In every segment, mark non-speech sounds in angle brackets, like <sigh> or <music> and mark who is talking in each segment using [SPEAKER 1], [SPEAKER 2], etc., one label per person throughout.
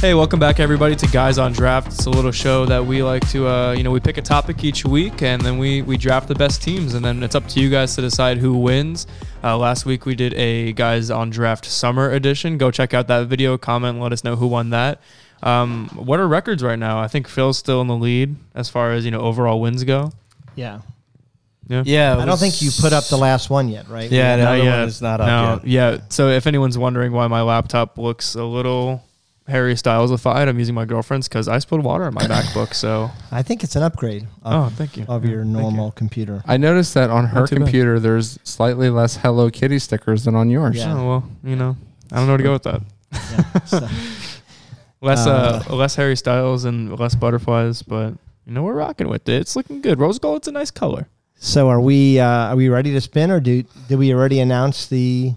[SPEAKER 1] Hey, welcome back everybody to Guys on Draft. It's a little show that we like to, uh, you know, we pick a topic each week and then we we draft the best teams and then it's up to you guys to decide who wins. Uh, last week we did a Guys on Draft summer edition. Go check out that video. Comment, let us know who won that. Um, what are records right now? I think Phil's still in the lead as far as you know overall wins go.
[SPEAKER 2] Yeah.
[SPEAKER 3] Yeah, it
[SPEAKER 2] I don't
[SPEAKER 3] was-
[SPEAKER 2] think you put up the last one yet, right?
[SPEAKER 3] Yeah,
[SPEAKER 2] no.
[SPEAKER 3] no.
[SPEAKER 1] Not
[SPEAKER 3] other
[SPEAKER 1] yet.
[SPEAKER 3] one is not up
[SPEAKER 1] No, yeah. So if anyone's wondering why my laptop looks a little Harry Stylesified, I'm using my girlfriend's because I spilled water on my MacBook. So
[SPEAKER 2] I think it's an upgrade
[SPEAKER 1] oh,
[SPEAKER 2] of,
[SPEAKER 1] thank you.
[SPEAKER 2] of your normal
[SPEAKER 3] <laughs>
[SPEAKER 2] computer.
[SPEAKER 4] I noticed that on her
[SPEAKER 1] Not too bad.
[SPEAKER 4] computer, there's slightly less Hello Kitty stickers than on yours.
[SPEAKER 2] Yeah.
[SPEAKER 1] Oh well, you know, I don't know where to go with that.
[SPEAKER 2] Yeah, so-
[SPEAKER 1] Less uh, less Harry Styles and less butterflies, but you know we're rocking with it. It's looking good. Rose gold's a nice color.
[SPEAKER 2] So are we? Uh, are we ready to spin, or do did we already announce the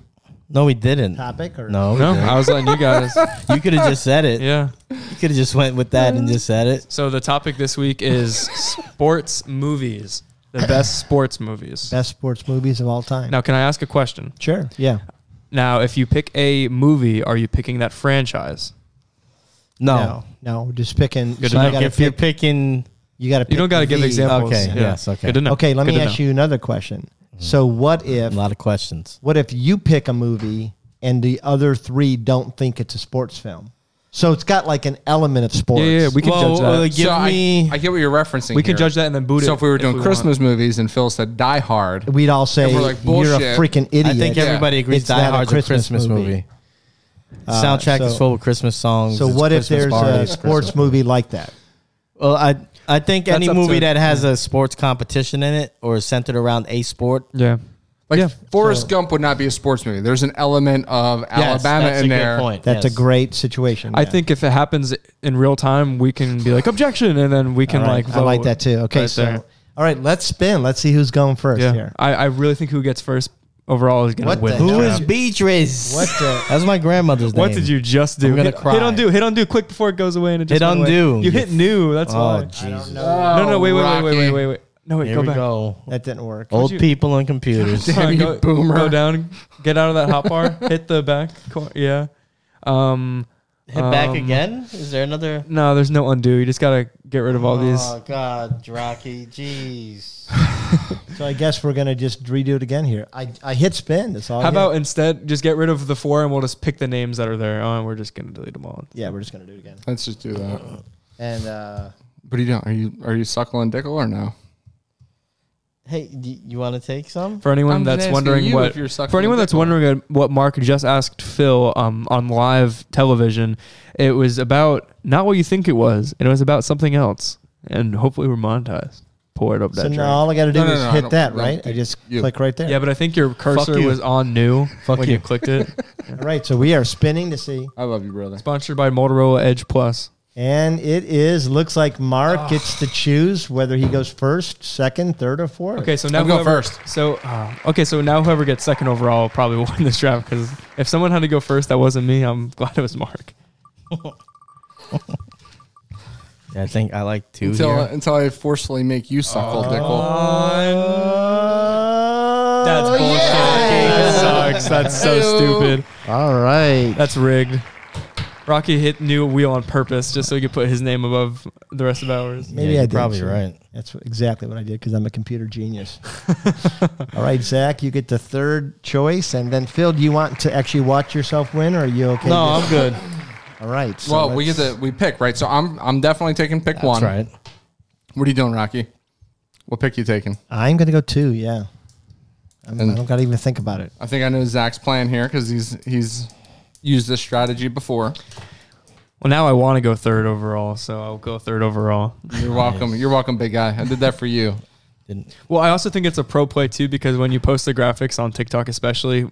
[SPEAKER 3] No, we didn't.
[SPEAKER 2] topic? Or
[SPEAKER 3] No, we
[SPEAKER 1] No.
[SPEAKER 3] didn't.
[SPEAKER 4] I was letting you guys.
[SPEAKER 3] you could have just said it.
[SPEAKER 1] Yeah.
[SPEAKER 3] You could have just went with that and just said it.
[SPEAKER 1] So the topic this week is sports movies, the best sports movies.
[SPEAKER 2] best sports movies of all time.
[SPEAKER 1] Now, can I ask a question?
[SPEAKER 2] Sure. Yeah.
[SPEAKER 1] Now, if you pick a movie, are you picking that franchise?
[SPEAKER 3] No.
[SPEAKER 2] No. no, just picking.
[SPEAKER 1] Good to
[SPEAKER 2] so you
[SPEAKER 1] know.
[SPEAKER 3] Like
[SPEAKER 2] gotta
[SPEAKER 3] if you're
[SPEAKER 2] pick.
[SPEAKER 3] picking,
[SPEAKER 2] You got to.
[SPEAKER 1] You don't got to give examples.
[SPEAKER 3] Okay,
[SPEAKER 1] Yeah.
[SPEAKER 3] yes, okay.
[SPEAKER 1] Good to know.
[SPEAKER 2] Okay. Let
[SPEAKER 1] Good
[SPEAKER 2] me
[SPEAKER 1] to
[SPEAKER 2] ask
[SPEAKER 1] know.
[SPEAKER 2] you another question.
[SPEAKER 3] Mm-hmm.
[SPEAKER 2] So what
[SPEAKER 3] a
[SPEAKER 2] if
[SPEAKER 3] lot of questions.
[SPEAKER 2] what if you pick a movie and the other three don't think it's a sports film? So it's got like an element of sports.
[SPEAKER 1] Yeah, yeah, we can
[SPEAKER 3] Well,
[SPEAKER 1] judge that.
[SPEAKER 3] uh, give
[SPEAKER 4] I-
[SPEAKER 3] me-
[SPEAKER 4] I, get what you're referencing.
[SPEAKER 1] we can
[SPEAKER 4] here.
[SPEAKER 1] judge that and then boot it.
[SPEAKER 4] So if we were doing
[SPEAKER 1] want.
[SPEAKER 4] Christmas movies and Phil said Die Hard,
[SPEAKER 2] We'd all say
[SPEAKER 4] If we're like,
[SPEAKER 2] you're a
[SPEAKER 4] "Bullshit."
[SPEAKER 2] freaking idiot.
[SPEAKER 3] I think
[SPEAKER 4] Yeah.
[SPEAKER 3] everybody agrees
[SPEAKER 2] It's
[SPEAKER 3] Die
[SPEAKER 2] that a
[SPEAKER 3] Hard's a
[SPEAKER 2] Christmas
[SPEAKER 3] Christmas,
[SPEAKER 2] movie.
[SPEAKER 3] movie. The
[SPEAKER 2] Uh,
[SPEAKER 3] soundtrack
[SPEAKER 2] so-
[SPEAKER 3] is full of Christmas songs.
[SPEAKER 2] So
[SPEAKER 3] It's
[SPEAKER 2] what if
[SPEAKER 3] Christmas
[SPEAKER 2] there's a
[SPEAKER 3] parties,
[SPEAKER 2] sports
[SPEAKER 3] Christmas-
[SPEAKER 2] movie like that?
[SPEAKER 3] Well, I I think
[SPEAKER 1] That's
[SPEAKER 3] any
[SPEAKER 1] up
[SPEAKER 3] movie
[SPEAKER 1] to-
[SPEAKER 3] that has a sports competition in it or is centered around a sport.
[SPEAKER 1] Yeah.
[SPEAKER 4] like
[SPEAKER 1] Yeah.
[SPEAKER 4] Forrest Gump would not be a sports movie. There's an element of Alabama
[SPEAKER 3] that's
[SPEAKER 4] in
[SPEAKER 3] a good
[SPEAKER 4] there.
[SPEAKER 3] point.
[SPEAKER 2] That's
[SPEAKER 3] Yes.
[SPEAKER 2] a great situation.
[SPEAKER 1] I
[SPEAKER 2] yeah.
[SPEAKER 1] think if it happens in real time, we can be like objection, and then we can
[SPEAKER 2] All right,
[SPEAKER 1] like.
[SPEAKER 2] I like
[SPEAKER 1] vote
[SPEAKER 2] that too. Okay,
[SPEAKER 1] right
[SPEAKER 2] so
[SPEAKER 1] there.
[SPEAKER 2] all right, let's spin. Let's see who's going first
[SPEAKER 1] yeah,
[SPEAKER 2] here.
[SPEAKER 1] I, I really think who gets first overall is gonna
[SPEAKER 2] What
[SPEAKER 1] win.
[SPEAKER 2] the
[SPEAKER 3] Who
[SPEAKER 2] Yeah.
[SPEAKER 3] is Beatrice?
[SPEAKER 2] What the- <laughs>
[SPEAKER 3] That's my grandmother's name.
[SPEAKER 1] What did you just do?
[SPEAKER 3] I'm gonna
[SPEAKER 1] hit,
[SPEAKER 3] cry.
[SPEAKER 1] hit undo. Hit undo quick before it goes away and it just
[SPEAKER 3] Hit
[SPEAKER 1] went away.
[SPEAKER 3] undo.
[SPEAKER 1] You hit new. That's
[SPEAKER 3] Oh
[SPEAKER 1] why.
[SPEAKER 3] Jesus!
[SPEAKER 1] No, no, wait, wait, wait, wait, wait,
[SPEAKER 4] Oh, Rocky.
[SPEAKER 1] wait, wait. No, wait,
[SPEAKER 3] Here
[SPEAKER 1] go
[SPEAKER 3] we
[SPEAKER 1] back. <laughs>
[SPEAKER 3] go.
[SPEAKER 2] That didn't work.
[SPEAKER 3] Old
[SPEAKER 1] you-
[SPEAKER 3] people and <laughs> computers.
[SPEAKER 1] All right,
[SPEAKER 4] you
[SPEAKER 1] go,
[SPEAKER 4] boomer.
[SPEAKER 1] Go down. Get out of that hot bar. hit the back. Cor- yeah. Um.
[SPEAKER 3] Hit back
[SPEAKER 1] Um,
[SPEAKER 3] again? Is there another?
[SPEAKER 1] No, there's no undo. You just gotta get rid of all these.
[SPEAKER 3] Oh God, Rocky, <laughs> jeez.
[SPEAKER 2] So I guess we're gonna just redo it again here. I, I hit spin. That's all. I
[SPEAKER 1] How
[SPEAKER 2] hit.
[SPEAKER 1] about instead just get rid of the four and we'll just pick the names that are there. Oh, and we're just gonna delete them all.
[SPEAKER 2] yeah? We're just gonna do it again.
[SPEAKER 4] Let's just do that.
[SPEAKER 2] And uh,
[SPEAKER 4] What are you doing? Are you are you suckling Dickle or no?
[SPEAKER 3] Hey, d- you want to take some?
[SPEAKER 1] For anyone
[SPEAKER 4] I'm just
[SPEAKER 1] that's
[SPEAKER 4] asking
[SPEAKER 1] wondering
[SPEAKER 4] you
[SPEAKER 1] what
[SPEAKER 4] if you're sucking
[SPEAKER 1] for anyone
[SPEAKER 4] a
[SPEAKER 1] that's
[SPEAKER 4] dick on.
[SPEAKER 1] wondering what Mark just asked Phil um, on live television, it was about not what you think it was. It was about something else, and hopefully we're monetized. Pour it up that
[SPEAKER 2] so now
[SPEAKER 1] drink.
[SPEAKER 2] all I got to do
[SPEAKER 4] No, no,
[SPEAKER 2] is
[SPEAKER 4] no, I
[SPEAKER 2] hit
[SPEAKER 4] don't-
[SPEAKER 2] that,
[SPEAKER 4] I
[SPEAKER 2] right?
[SPEAKER 4] don't
[SPEAKER 2] I just
[SPEAKER 4] you-
[SPEAKER 2] click right there.
[SPEAKER 1] Yeah, but I think your cursor
[SPEAKER 3] you.
[SPEAKER 1] was on new
[SPEAKER 3] Fuck
[SPEAKER 1] when you.
[SPEAKER 3] you.
[SPEAKER 1] clicked it.
[SPEAKER 2] All right, so we are spinning to see,
[SPEAKER 4] I love you, brother.
[SPEAKER 1] Sponsored by Motorola Edge Plus.
[SPEAKER 2] and it is looks like Mark
[SPEAKER 3] Ah.
[SPEAKER 2] gets to choose whether he goes first, second, third, or fourth.
[SPEAKER 1] Okay, so now
[SPEAKER 4] I'll go
[SPEAKER 1] whoever-
[SPEAKER 4] first.
[SPEAKER 1] So uh, okay, so now whoever gets second overall will probably <laughs> won this draft because if someone had to go first, that wasn't me. I'm <laughs> glad it was Mark.
[SPEAKER 3] Yeah, I think I like two
[SPEAKER 4] Until
[SPEAKER 3] here.
[SPEAKER 4] until I forcefully make you suckle Dickle.
[SPEAKER 2] Oh,
[SPEAKER 1] That's bullshit. That sucks. That's so stupid.
[SPEAKER 2] All right.
[SPEAKER 1] That's rigged. Rocky hit new wheel on purpose just so he could put his name above the rest of ours.
[SPEAKER 2] Maybe
[SPEAKER 3] Yeah,
[SPEAKER 2] I
[SPEAKER 3] you're
[SPEAKER 2] did.
[SPEAKER 3] probably
[SPEAKER 2] too.
[SPEAKER 3] right.
[SPEAKER 2] That's exactly what I did because I'm a computer
[SPEAKER 3] <laughs>
[SPEAKER 2] genius. All right, Zach, you get the third choice, and then Phil, do you want to actually watch yourself win, or are you okay?
[SPEAKER 3] No,
[SPEAKER 2] just-
[SPEAKER 3] I'm good.
[SPEAKER 2] All right. so
[SPEAKER 4] Well, we get
[SPEAKER 2] let's-
[SPEAKER 4] the we pick right. So I'm I'm definitely taking pick one.
[SPEAKER 3] That's right.
[SPEAKER 4] What are you doing, Rocky? What pick you taking?
[SPEAKER 2] I'm gonna go two. Yeah. I'm, I
[SPEAKER 4] And-
[SPEAKER 2] don't gotta even think about it.
[SPEAKER 4] I think I know Zach's plan here because he's he's used this strategy before.
[SPEAKER 1] Well, now I want to go third overall, so I'll go third overall.
[SPEAKER 4] You're welcome. You're welcome, big guy. I did that for you.
[SPEAKER 3] Didn't,
[SPEAKER 1] Well, I also think it's a pro play too because when you post the graphics on TikTok, especially,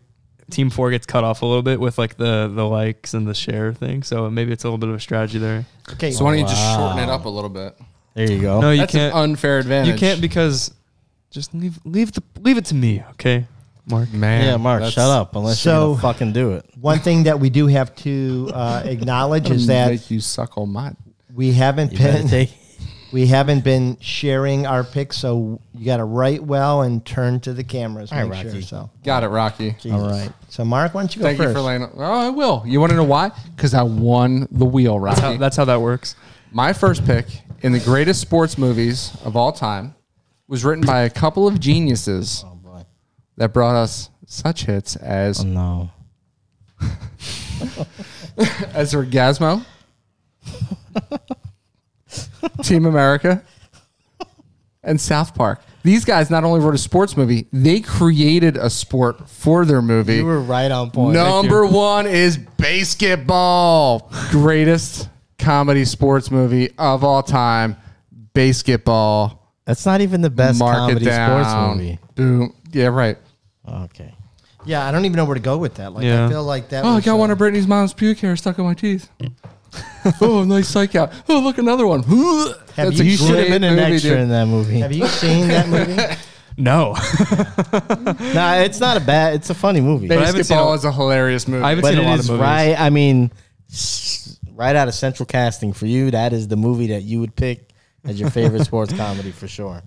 [SPEAKER 1] Team Four gets cut off a little bit with like the the likes and the share thing. So maybe it's a little bit of a strategy there.
[SPEAKER 2] Okay.
[SPEAKER 4] So why don't you just shorten it up a little bit?
[SPEAKER 3] there you go.
[SPEAKER 1] No, you
[SPEAKER 4] Oh, That's an
[SPEAKER 1] can't.
[SPEAKER 4] unfair advantage.
[SPEAKER 1] You can't because just leave leave the leave it to me, okay, Mark.
[SPEAKER 4] man.
[SPEAKER 3] yeah, Mark,
[SPEAKER 4] that's-
[SPEAKER 3] shut up. Unless
[SPEAKER 2] So-
[SPEAKER 3] you're gonna fucking do it.
[SPEAKER 2] One thing that we do have to uh, acknowledge is
[SPEAKER 4] I'm gonna
[SPEAKER 2] that
[SPEAKER 4] make you suckle my
[SPEAKER 2] we haven't
[SPEAKER 3] You better
[SPEAKER 2] been
[SPEAKER 3] take.
[SPEAKER 2] <laughs> We haven't been sharing our picks, so you got to write well and turn to the cameras.
[SPEAKER 3] All right,
[SPEAKER 2] Make sure.
[SPEAKER 3] Rocky.
[SPEAKER 2] So,
[SPEAKER 4] Got it, Rocky.
[SPEAKER 2] all right. So, Mark, why don't you go
[SPEAKER 4] Thank
[SPEAKER 2] first?
[SPEAKER 4] you for laying. Oh, I will. You want to know why? Because I won the wheel, Rocky.
[SPEAKER 1] That's how, that's how that works.
[SPEAKER 4] My first pick in the greatest sports movies of all time was written by a couple of geniuses
[SPEAKER 1] Oh,
[SPEAKER 4] that brought us such hits as
[SPEAKER 3] <laughs> No.
[SPEAKER 4] as Orgasmo, <laughs> Team America, and South Park. These guys not only wrote a sports movie, they created a sport for their movie.
[SPEAKER 3] You were right on point.
[SPEAKER 4] Number one is basketball. Greatest comedy sports movie of all time. Basketball.
[SPEAKER 3] That's not even the best comedy sports movie.
[SPEAKER 4] Boom. Yeah, right.
[SPEAKER 3] Okay.
[SPEAKER 2] Yeah, I don't even know where to go with that. Like, I
[SPEAKER 1] Yeah.
[SPEAKER 2] feel like that.
[SPEAKER 4] Oh, I
[SPEAKER 2] was,
[SPEAKER 4] got
[SPEAKER 2] uh,
[SPEAKER 4] one of Brittany's mom's pubic hair stuck in my teeth. oh, nice psych out. Oh, look, another one. <laughs> That's a
[SPEAKER 3] you should have
[SPEAKER 4] great
[SPEAKER 3] been an
[SPEAKER 4] movie,
[SPEAKER 3] extra
[SPEAKER 4] dude.
[SPEAKER 3] in that movie.
[SPEAKER 2] Have you seen that movie?
[SPEAKER 3] <laughs>
[SPEAKER 1] No, <laughs>
[SPEAKER 3] nah, it's not a bad. It's a funny movie.
[SPEAKER 1] I haven't seen
[SPEAKER 4] Basketball
[SPEAKER 1] a-
[SPEAKER 4] is a hilarious movie.
[SPEAKER 1] I haven't
[SPEAKER 3] but
[SPEAKER 1] seen a
[SPEAKER 3] it
[SPEAKER 1] lot of
[SPEAKER 3] is
[SPEAKER 1] movies.
[SPEAKER 3] right. I mean, s- right out of Central Casting for you, that is the movie that you would pick as
[SPEAKER 2] <laughs>
[SPEAKER 3] your favorite sports comedy for sure.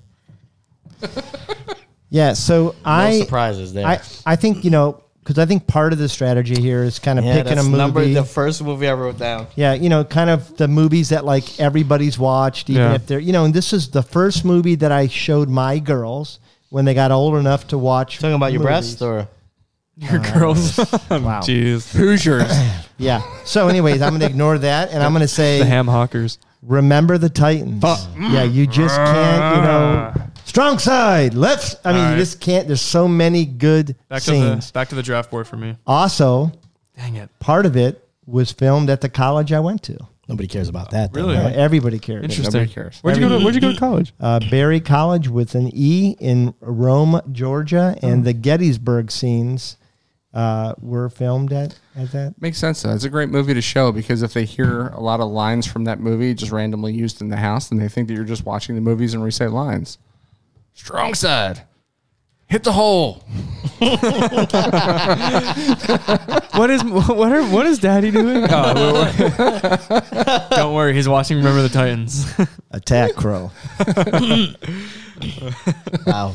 [SPEAKER 2] yeah. So
[SPEAKER 3] No
[SPEAKER 2] I,
[SPEAKER 3] surprises there.
[SPEAKER 2] I, I think you know because I think part of the strategy here is kind of
[SPEAKER 3] yeah,
[SPEAKER 2] picking
[SPEAKER 3] that's
[SPEAKER 2] a movie.
[SPEAKER 3] number the first movie I wrote down.
[SPEAKER 2] Yeah, you know, kind of the movies that like everybody's watched, even
[SPEAKER 1] Yeah.
[SPEAKER 2] if they're, you know, and this is the first movie that I showed my girls when they got old enough to watch.
[SPEAKER 3] Talking about your
[SPEAKER 2] movies.
[SPEAKER 3] breast or
[SPEAKER 1] Your
[SPEAKER 4] <laughs>
[SPEAKER 1] girls. wow. Jeez.
[SPEAKER 4] Uh, Hoosiers.
[SPEAKER 2] Yeah. So, anyways, I'm going to ignore that and I'm going
[SPEAKER 1] <laughs>
[SPEAKER 2] to
[SPEAKER 1] The
[SPEAKER 2] say,
[SPEAKER 1] ham hawkers.
[SPEAKER 2] remember the Titans. Yeah, you just can't, you know, strong side, left. I mean,
[SPEAKER 1] All Ah. right.
[SPEAKER 2] you just can't. There's so many good
[SPEAKER 1] Back to the
[SPEAKER 2] scenes.
[SPEAKER 1] back to the draft board for me.
[SPEAKER 2] Also,
[SPEAKER 1] Dang it.
[SPEAKER 2] part of it was filmed at the college I went to. Uh,
[SPEAKER 3] nobody cares about that. though,
[SPEAKER 1] Really?
[SPEAKER 3] right?
[SPEAKER 2] Everybody cared.
[SPEAKER 1] Interesting.
[SPEAKER 4] Nobody cares.
[SPEAKER 1] Where'd you go? To, where'd you go to college?
[SPEAKER 2] uh, Barry College with an E in Rome, Georgia,
[SPEAKER 3] Oh.
[SPEAKER 2] and the Gettysburg scenes uh, were filmed at at that.
[SPEAKER 4] Makes sense though. It's a great movie to show because if they hear a lot of lines from that movie just randomly used in the house, then they think that you're just watching the movies and recite lines. Strong side. Hit the hole.
[SPEAKER 1] What is <laughs> what are what is Daddy doing? <laughs> Oh, we're- we're- <laughs> don't worry, he's watching. Remember the Titans.
[SPEAKER 2] Attack Crow.
[SPEAKER 3] Wow.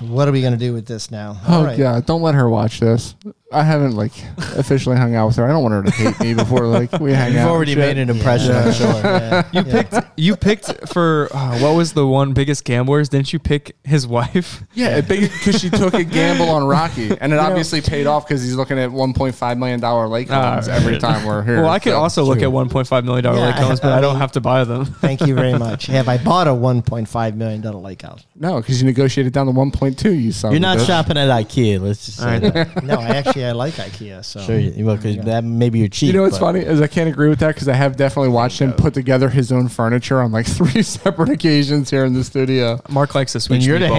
[SPEAKER 2] What are we gonna do with this now?
[SPEAKER 4] Oh god, don't let her watch this. I haven't like officially hung out with her. I don't want her to hate me before like we hang
[SPEAKER 3] You've
[SPEAKER 4] out. and
[SPEAKER 3] already
[SPEAKER 4] shit.
[SPEAKER 3] made an impression,
[SPEAKER 2] <laughs>
[SPEAKER 3] I'm sure.
[SPEAKER 2] you
[SPEAKER 1] picked <laughs> you picked for uh, what was the one biggest gamblers? Didn't you pick his wife?
[SPEAKER 4] Yeah, because she took a gamble on Rocky, and it obviously paid off because he's looking at 1.5 million dollar lake homes every time we're here.
[SPEAKER 1] Well, I could
[SPEAKER 4] So-
[SPEAKER 1] also look at 1.5 million dollar
[SPEAKER 2] Yeah,
[SPEAKER 1] lake homes, but
[SPEAKER 2] I
[SPEAKER 1] I don't
[SPEAKER 2] mean-
[SPEAKER 1] have to buy them.
[SPEAKER 2] Thank you very much. Have I bought a 1.5 million dollar lake house?
[SPEAKER 4] no, because you negotiated down to 1.2. You saw
[SPEAKER 3] You're not shopping at IKEA. Let's just say that.
[SPEAKER 2] No, I actually I like IKEA. So
[SPEAKER 3] Sure, you, well, 'cause that maybe you're cheap.
[SPEAKER 4] You know what's
[SPEAKER 3] but-
[SPEAKER 4] funny is I can't agree with that because I have definitely watched him put together his own furniture on like <laughs> three separate occasions here in the studio.
[SPEAKER 1] <laughs> Mark likes to switch.
[SPEAKER 3] And you're the
[SPEAKER 1] meatballs.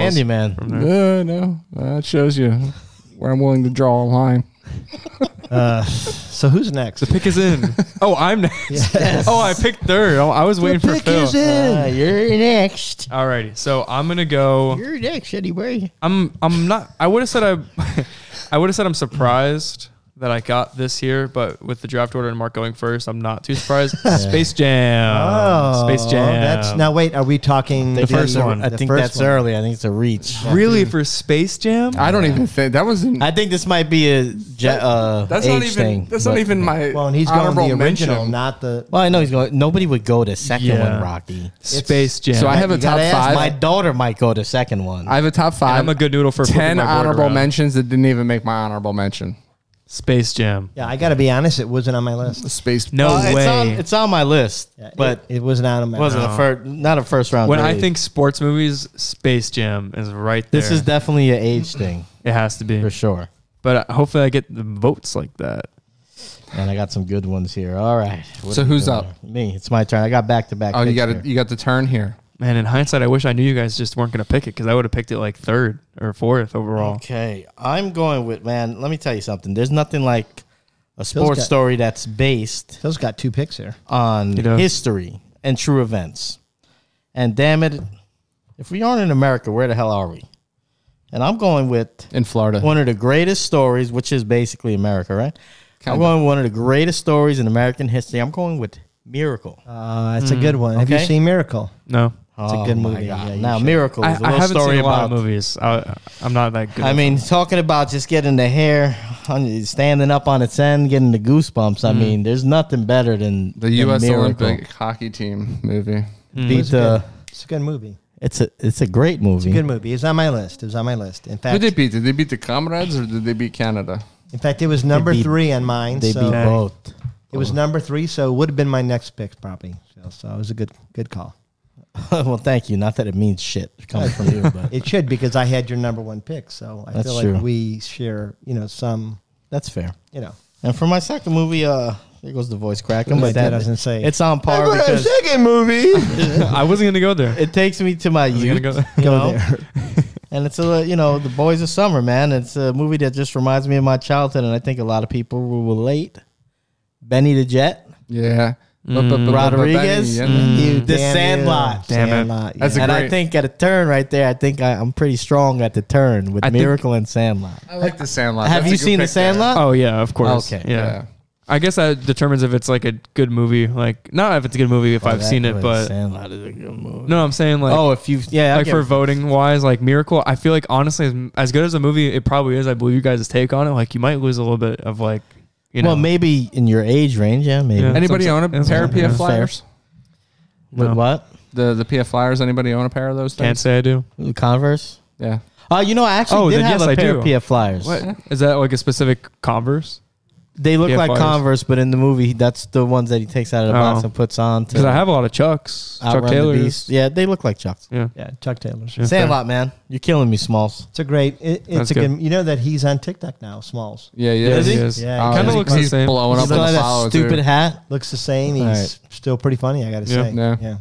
[SPEAKER 3] handyman.
[SPEAKER 4] No, no, that shows you where I'm willing to draw a line.
[SPEAKER 2] uh, so who's next?
[SPEAKER 1] The pick is in. <laughs> oh, I'm next. <laughs> Oh, I picked third. Oh, I was waiting for Phil.
[SPEAKER 3] Ah, you're next.
[SPEAKER 1] Alrighty, so I'm gonna go.
[SPEAKER 3] You're next, Eddie Bray.
[SPEAKER 1] I'm I'm not. I would have said I, <laughs> I would have said I'm surprised that I got this here, but with the draft order and Mark going first, I'm not too
[SPEAKER 3] <laughs>
[SPEAKER 1] surprised. Space Jam.
[SPEAKER 2] Oh,
[SPEAKER 1] Space Jam.
[SPEAKER 2] That's now. Wait, are we talking
[SPEAKER 1] The first one.
[SPEAKER 3] I
[SPEAKER 2] the
[SPEAKER 3] think
[SPEAKER 2] first
[SPEAKER 3] that's
[SPEAKER 2] one?
[SPEAKER 3] early. I think it's a reach.
[SPEAKER 1] really for Space Jam.
[SPEAKER 4] I don't even think that was. not
[SPEAKER 3] I think this might be a je- uh,
[SPEAKER 4] that's
[SPEAKER 3] age
[SPEAKER 4] not even.
[SPEAKER 3] thing.
[SPEAKER 4] that's
[SPEAKER 3] but-
[SPEAKER 4] not even my.
[SPEAKER 2] Well, and he's going
[SPEAKER 4] honorable
[SPEAKER 2] the original,
[SPEAKER 4] mention.
[SPEAKER 2] not the.
[SPEAKER 3] Well, I know he's going. Nobody would go to second
[SPEAKER 1] Yeah.
[SPEAKER 3] one, Rocky.
[SPEAKER 1] Space Jam.
[SPEAKER 4] So I have a
[SPEAKER 2] You gotta
[SPEAKER 4] top
[SPEAKER 2] ask
[SPEAKER 4] five.
[SPEAKER 3] My daughter might go to second one.
[SPEAKER 4] I have a top five.
[SPEAKER 1] I'm a good noodle for flipping
[SPEAKER 4] ten
[SPEAKER 1] my board
[SPEAKER 4] honorable
[SPEAKER 1] around.
[SPEAKER 4] mentions that didn't even make my honorable mention.
[SPEAKER 1] Space Jam.
[SPEAKER 2] Yeah, I got to be honest. It wasn't on my list.
[SPEAKER 4] The space.
[SPEAKER 1] No
[SPEAKER 3] Uh,
[SPEAKER 1] way.
[SPEAKER 3] It's on, it's on my list,
[SPEAKER 2] Yeah, it-
[SPEAKER 3] but
[SPEAKER 2] it, wasn't on my
[SPEAKER 3] it wasn't a
[SPEAKER 1] No.
[SPEAKER 3] first, not a first round.
[SPEAKER 1] when I
[SPEAKER 3] grade.
[SPEAKER 1] think sports movies, Space Jam is right there.
[SPEAKER 3] this is definitely an age thing
[SPEAKER 1] it has to be.
[SPEAKER 3] for sure.
[SPEAKER 1] But uh, hopefully, I get the votes like that.
[SPEAKER 3] And I got some good ones here. All right. What
[SPEAKER 4] So
[SPEAKER 3] are we
[SPEAKER 4] who's
[SPEAKER 3] doing
[SPEAKER 4] up?
[SPEAKER 3] here? Me. It's my turn. I got back to back.
[SPEAKER 4] Oh, you got
[SPEAKER 3] it.
[SPEAKER 4] to You got the turn here.
[SPEAKER 1] Man, in hindsight, I wish I knew you guys just weren't gonna pick it because I would have picked it like third or fourth overall.
[SPEAKER 3] Okay, I'm going with man. Let me tell you something. There's nothing like a sports
[SPEAKER 2] got-
[SPEAKER 3] story that's based
[SPEAKER 2] Phil's got two picks here.
[SPEAKER 3] on
[SPEAKER 1] He does.
[SPEAKER 3] history and true events. And damn it, if we aren't in America, where the hell are we? And I'm going with
[SPEAKER 4] in Florida.
[SPEAKER 3] one of the greatest stories, which is basically America, right? I'm
[SPEAKER 4] Kinda.
[SPEAKER 3] going with one of the greatest stories in American history. I'm going with Miracle.
[SPEAKER 2] Uh, it's a good one. Have you
[SPEAKER 3] Mm, Okay.
[SPEAKER 2] seen Miracle?
[SPEAKER 1] No,
[SPEAKER 3] It's
[SPEAKER 2] a good movie. Yeah, you
[SPEAKER 3] Oh now,
[SPEAKER 2] should.
[SPEAKER 3] Miracle
[SPEAKER 1] I,
[SPEAKER 3] is a
[SPEAKER 1] I
[SPEAKER 3] little
[SPEAKER 1] haven't
[SPEAKER 3] story
[SPEAKER 1] seen a lot of
[SPEAKER 3] about.
[SPEAKER 1] movies. I, I'm not that good.
[SPEAKER 3] I mean, talking about just getting the hair on, standing up on its end, getting the goosebumps. I mean, there's nothing better than
[SPEAKER 4] Mm. The U.S. Olympic hockey team movie.
[SPEAKER 3] Beat
[SPEAKER 2] It's a good-
[SPEAKER 3] the.
[SPEAKER 2] It's a good movie.
[SPEAKER 3] It's a it's a great movie.
[SPEAKER 2] It's a good movie. It was on my list. It was on my list. In
[SPEAKER 4] Who
[SPEAKER 2] fact,
[SPEAKER 4] did they beat? Did they beat the Comrades or did they beat Canada?
[SPEAKER 2] in fact, it was number
[SPEAKER 3] beat-
[SPEAKER 2] three on mine.
[SPEAKER 3] they
[SPEAKER 2] so
[SPEAKER 3] beat both. <laughs>
[SPEAKER 2] it was number three, so it would have been my next pick probably. So, so it was a good good call.
[SPEAKER 3] well, thank you. Not that it means shit coming from
[SPEAKER 2] <laughs>
[SPEAKER 3] you, but
[SPEAKER 2] It should because I had your number one pick. So I
[SPEAKER 3] That's
[SPEAKER 2] feel
[SPEAKER 3] true.
[SPEAKER 2] like we share, you know, some,
[SPEAKER 3] that's fair.
[SPEAKER 2] you know.
[SPEAKER 3] And for my second movie, uh, there goes the voice cracking,
[SPEAKER 2] But
[SPEAKER 3] but
[SPEAKER 2] that
[SPEAKER 3] that
[SPEAKER 2] doesn't say.
[SPEAKER 3] It's on par because
[SPEAKER 2] second movie.
[SPEAKER 1] I wasn't gonna go there.
[SPEAKER 3] it takes me to my
[SPEAKER 1] I was gonna
[SPEAKER 3] youth.
[SPEAKER 1] go there.
[SPEAKER 3] <laughs> you
[SPEAKER 2] Go
[SPEAKER 3] know?
[SPEAKER 2] there.
[SPEAKER 3] And it's a you know the boys of summer, man. It's a movie that just reminds me of my childhood, and I think a lot of people will relate. Benny the Jet,
[SPEAKER 4] Yeah.
[SPEAKER 3] Mm. Rodriguez,
[SPEAKER 4] Yeah.
[SPEAKER 2] You
[SPEAKER 3] Mm. The
[SPEAKER 2] damn
[SPEAKER 3] Sandlot.
[SPEAKER 2] You.
[SPEAKER 1] Damn it.
[SPEAKER 2] Sandlot.
[SPEAKER 4] That's a
[SPEAKER 3] and I
[SPEAKER 4] great-
[SPEAKER 3] think at a turn right there, I think I, I'm pretty strong at the turn with
[SPEAKER 1] I think-
[SPEAKER 3] Miracle and Sandlot.
[SPEAKER 4] I like the Sandlot.
[SPEAKER 3] Have
[SPEAKER 4] That's
[SPEAKER 3] you
[SPEAKER 4] a good
[SPEAKER 3] seen the
[SPEAKER 4] pick there.
[SPEAKER 3] Sandlot?
[SPEAKER 1] Oh yeah, of course.
[SPEAKER 3] Okay.
[SPEAKER 1] Yeah.
[SPEAKER 4] Yeah.
[SPEAKER 1] I guess that determines if it's like a good movie. Like not if it's a good movie if
[SPEAKER 3] Oh,
[SPEAKER 1] I've
[SPEAKER 3] that-
[SPEAKER 1] seen it, but
[SPEAKER 3] Sandlot is a good movie.
[SPEAKER 1] no, I'm saying like
[SPEAKER 3] oh, if you yeah, I
[SPEAKER 1] like
[SPEAKER 3] get-
[SPEAKER 1] for voting wise, like Miracle, I feel like honestly, as, as good as a movie it probably is, I believe you guys' take on it. Like you might lose a little bit of like, you know,
[SPEAKER 3] well, maybe in your age range, yeah, maybe.
[SPEAKER 1] Yeah. That's
[SPEAKER 4] Anybody
[SPEAKER 1] what I'm
[SPEAKER 4] own a
[SPEAKER 1] saying.
[SPEAKER 4] pair of
[SPEAKER 1] Yeah.
[SPEAKER 4] PF Flyers?
[SPEAKER 3] With
[SPEAKER 1] No.
[SPEAKER 3] what?
[SPEAKER 4] The the PF Flyers. Anybody own a pair of those?
[SPEAKER 1] can't
[SPEAKER 4] Things?
[SPEAKER 1] say I do.
[SPEAKER 3] The Converse.
[SPEAKER 4] Yeah.
[SPEAKER 3] Oh, you know, I actually
[SPEAKER 1] Oh,
[SPEAKER 3] did
[SPEAKER 1] then
[SPEAKER 3] have
[SPEAKER 1] yes,
[SPEAKER 3] a
[SPEAKER 1] I
[SPEAKER 3] pair
[SPEAKER 1] do.
[SPEAKER 3] of PF Flyers.
[SPEAKER 1] What is that like a specific Converse?
[SPEAKER 3] They look
[SPEAKER 1] PF
[SPEAKER 3] like
[SPEAKER 1] Flyers.
[SPEAKER 3] Converse, but in the movie, that's the ones that he takes out of the
[SPEAKER 1] Oh.
[SPEAKER 3] box and puts on.
[SPEAKER 1] Because
[SPEAKER 3] To
[SPEAKER 1] I have a lot of Chucks, Chuck
[SPEAKER 3] outrun the
[SPEAKER 1] Taylors.
[SPEAKER 3] beast. Yeah, they look like Chucks.
[SPEAKER 1] Yeah,
[SPEAKER 2] Yeah, Chuck Taylor's.
[SPEAKER 1] Yeah.
[SPEAKER 3] Sandlot, man, you're killing me, Smalls.
[SPEAKER 2] It's a great. It, it's
[SPEAKER 1] That's
[SPEAKER 2] a good.
[SPEAKER 1] good.
[SPEAKER 2] You know that he's on TikTok now. Smalls
[SPEAKER 4] Yeah. Yeah.
[SPEAKER 1] Yes,
[SPEAKER 3] Is he?
[SPEAKER 1] is.
[SPEAKER 2] Yeah, he
[SPEAKER 1] kind of
[SPEAKER 2] is.
[SPEAKER 1] looks the
[SPEAKER 4] he's
[SPEAKER 1] same.
[SPEAKER 4] blowing
[SPEAKER 3] He's
[SPEAKER 4] up in
[SPEAKER 3] still
[SPEAKER 4] the
[SPEAKER 3] got
[SPEAKER 4] follow
[SPEAKER 3] that stupid
[SPEAKER 4] too.
[SPEAKER 3] hat.
[SPEAKER 2] looks the same. He's
[SPEAKER 3] All
[SPEAKER 2] still pretty funny. I got to
[SPEAKER 1] Yeah.
[SPEAKER 2] say.
[SPEAKER 4] Yeah.
[SPEAKER 2] yeah.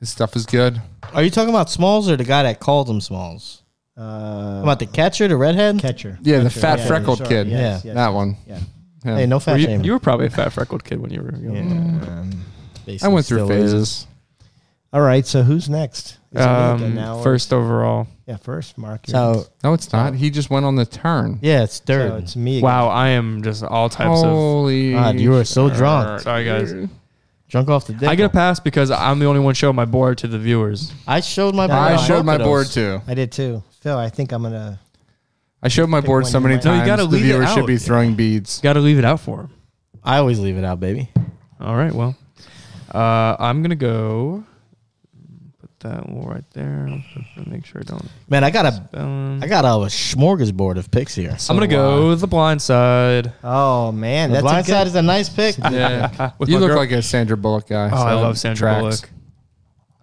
[SPEAKER 4] His stuff is good.
[SPEAKER 3] Are you talking about Smalls or the guy that called him Smalls?
[SPEAKER 2] Uh,
[SPEAKER 3] About the catcher, the redhead?
[SPEAKER 2] catcher.
[SPEAKER 4] Yeah, the
[SPEAKER 2] Catcher,
[SPEAKER 4] fat
[SPEAKER 2] yeah,
[SPEAKER 4] freckled
[SPEAKER 2] sorry,
[SPEAKER 4] kid.
[SPEAKER 2] yes,
[SPEAKER 3] Yeah.
[SPEAKER 2] yes,
[SPEAKER 4] that one.
[SPEAKER 2] Yeah.
[SPEAKER 4] Yeah.
[SPEAKER 3] Hey, no
[SPEAKER 1] Were
[SPEAKER 3] fat
[SPEAKER 1] you,
[SPEAKER 3] shaming.
[SPEAKER 1] you were probably a fat freckled kid when you were young.
[SPEAKER 2] Um,
[SPEAKER 3] Basically
[SPEAKER 4] I went through
[SPEAKER 3] still is.
[SPEAKER 4] phases.
[SPEAKER 2] all right. So who's next? Is it Mika
[SPEAKER 1] Um,
[SPEAKER 2] now or-
[SPEAKER 1] first overall.
[SPEAKER 2] Yeah, first. Mark. you're
[SPEAKER 3] So
[SPEAKER 2] next.
[SPEAKER 4] No, it's not. He just went on the turn.
[SPEAKER 3] yeah, it's third.
[SPEAKER 2] So it's me. again.
[SPEAKER 1] Wow, I am just all types of.
[SPEAKER 4] Holy
[SPEAKER 3] God, you are so
[SPEAKER 4] Uh,
[SPEAKER 1] Err,
[SPEAKER 3] drunk,
[SPEAKER 1] Sorry, guys.
[SPEAKER 3] drunk off the dick.
[SPEAKER 1] I get a pass because I'm the only one showing my board to the viewers.
[SPEAKER 3] I showed my.
[SPEAKER 2] No,
[SPEAKER 3] board
[SPEAKER 4] I
[SPEAKER 3] on
[SPEAKER 2] no,
[SPEAKER 4] showed
[SPEAKER 3] both
[SPEAKER 4] my
[SPEAKER 3] of those.
[SPEAKER 4] board too.
[SPEAKER 2] I did too. Phil, I think I'm gonna.
[SPEAKER 4] I showed my
[SPEAKER 2] Pick
[SPEAKER 4] board
[SPEAKER 2] one
[SPEAKER 4] so
[SPEAKER 2] you
[SPEAKER 4] many
[SPEAKER 2] like.
[SPEAKER 1] No, you
[SPEAKER 4] times.
[SPEAKER 1] gotta
[SPEAKER 4] the
[SPEAKER 1] leave it
[SPEAKER 4] viewers should
[SPEAKER 1] out.
[SPEAKER 4] be throwing beads.
[SPEAKER 1] Got to leave it out for him.
[SPEAKER 3] I always leave it out, baby.
[SPEAKER 1] All right, well, uh, I'm gonna go. Put that one right there. Make sure I don't.
[SPEAKER 3] Man, I got a,
[SPEAKER 1] Um,
[SPEAKER 3] I got a, smorgasbord of picks here.
[SPEAKER 1] I'm gonna go the blind side.
[SPEAKER 2] Oh man,
[SPEAKER 3] The
[SPEAKER 2] that's
[SPEAKER 3] blind
[SPEAKER 2] a good,
[SPEAKER 3] side is a nice pick.
[SPEAKER 4] Yeah,
[SPEAKER 1] with
[SPEAKER 4] you
[SPEAKER 1] my
[SPEAKER 4] look
[SPEAKER 1] girl- <laughs>
[SPEAKER 4] like a Sandra Bullock guy.
[SPEAKER 1] Oh,
[SPEAKER 4] so
[SPEAKER 1] I love
[SPEAKER 4] that
[SPEAKER 1] Sandra
[SPEAKER 4] tracks.
[SPEAKER 1] Bullock.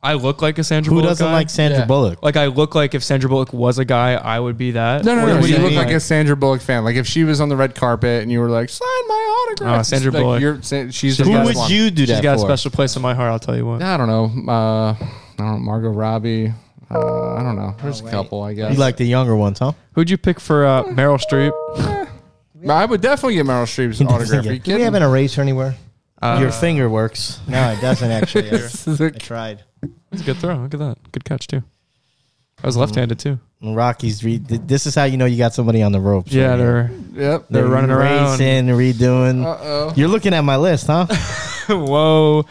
[SPEAKER 1] I look like a Sandra
[SPEAKER 3] Who
[SPEAKER 1] Bullock.
[SPEAKER 3] doesn't
[SPEAKER 1] guy.
[SPEAKER 3] like Sandra
[SPEAKER 4] Yeah.
[SPEAKER 3] Bullock?
[SPEAKER 1] Like I look like if Sandra Bullock was a guy, I would be that.
[SPEAKER 4] No, no, no.
[SPEAKER 1] Or
[SPEAKER 4] but You
[SPEAKER 1] is
[SPEAKER 4] look
[SPEAKER 1] it-
[SPEAKER 4] like a Sandra Bullock fan. Like if she was on the red carpet and you were like, "Sign my autograph."
[SPEAKER 1] Oh, Sandra
[SPEAKER 4] It's like
[SPEAKER 1] Bullock.
[SPEAKER 4] You're, Sa- she's the
[SPEAKER 1] Who
[SPEAKER 4] best
[SPEAKER 1] would
[SPEAKER 4] one.
[SPEAKER 3] you do
[SPEAKER 1] She's
[SPEAKER 3] that
[SPEAKER 1] got a
[SPEAKER 3] for?
[SPEAKER 1] special place in my heart. I'll tell you what.
[SPEAKER 4] I don't know. Uh, I don't know. Margot Robbie. Uh, I don't know. There's a couple, I guess.
[SPEAKER 3] Oh, You like the younger ones, huh?
[SPEAKER 1] Who'd you pick for uh, Meryl Streep?
[SPEAKER 4] I would definitely get Meryl
[SPEAKER 2] <laughs>
[SPEAKER 4] Streep's autograph. Are you
[SPEAKER 2] Do we
[SPEAKER 4] kidding?
[SPEAKER 2] have an eraser anywhere?
[SPEAKER 1] Uh,
[SPEAKER 3] Your finger works.
[SPEAKER 2] No,
[SPEAKER 3] <laughs>
[SPEAKER 2] it doesn't actually. I I
[SPEAKER 4] It's
[SPEAKER 2] tried.
[SPEAKER 1] That's a good throw. Look at that. Good catch too. I was left-handed too.
[SPEAKER 3] Rockies. Re- th- this is how you know you got somebody on the ropes.
[SPEAKER 1] Yeah,
[SPEAKER 3] right
[SPEAKER 1] they're
[SPEAKER 3] here.
[SPEAKER 4] a- yep.
[SPEAKER 1] they're running around.
[SPEAKER 3] racing, redoing.
[SPEAKER 4] Uh oh.
[SPEAKER 3] You're looking at my list,
[SPEAKER 2] <laughs>
[SPEAKER 3] huh?
[SPEAKER 1] <laughs> Whoa.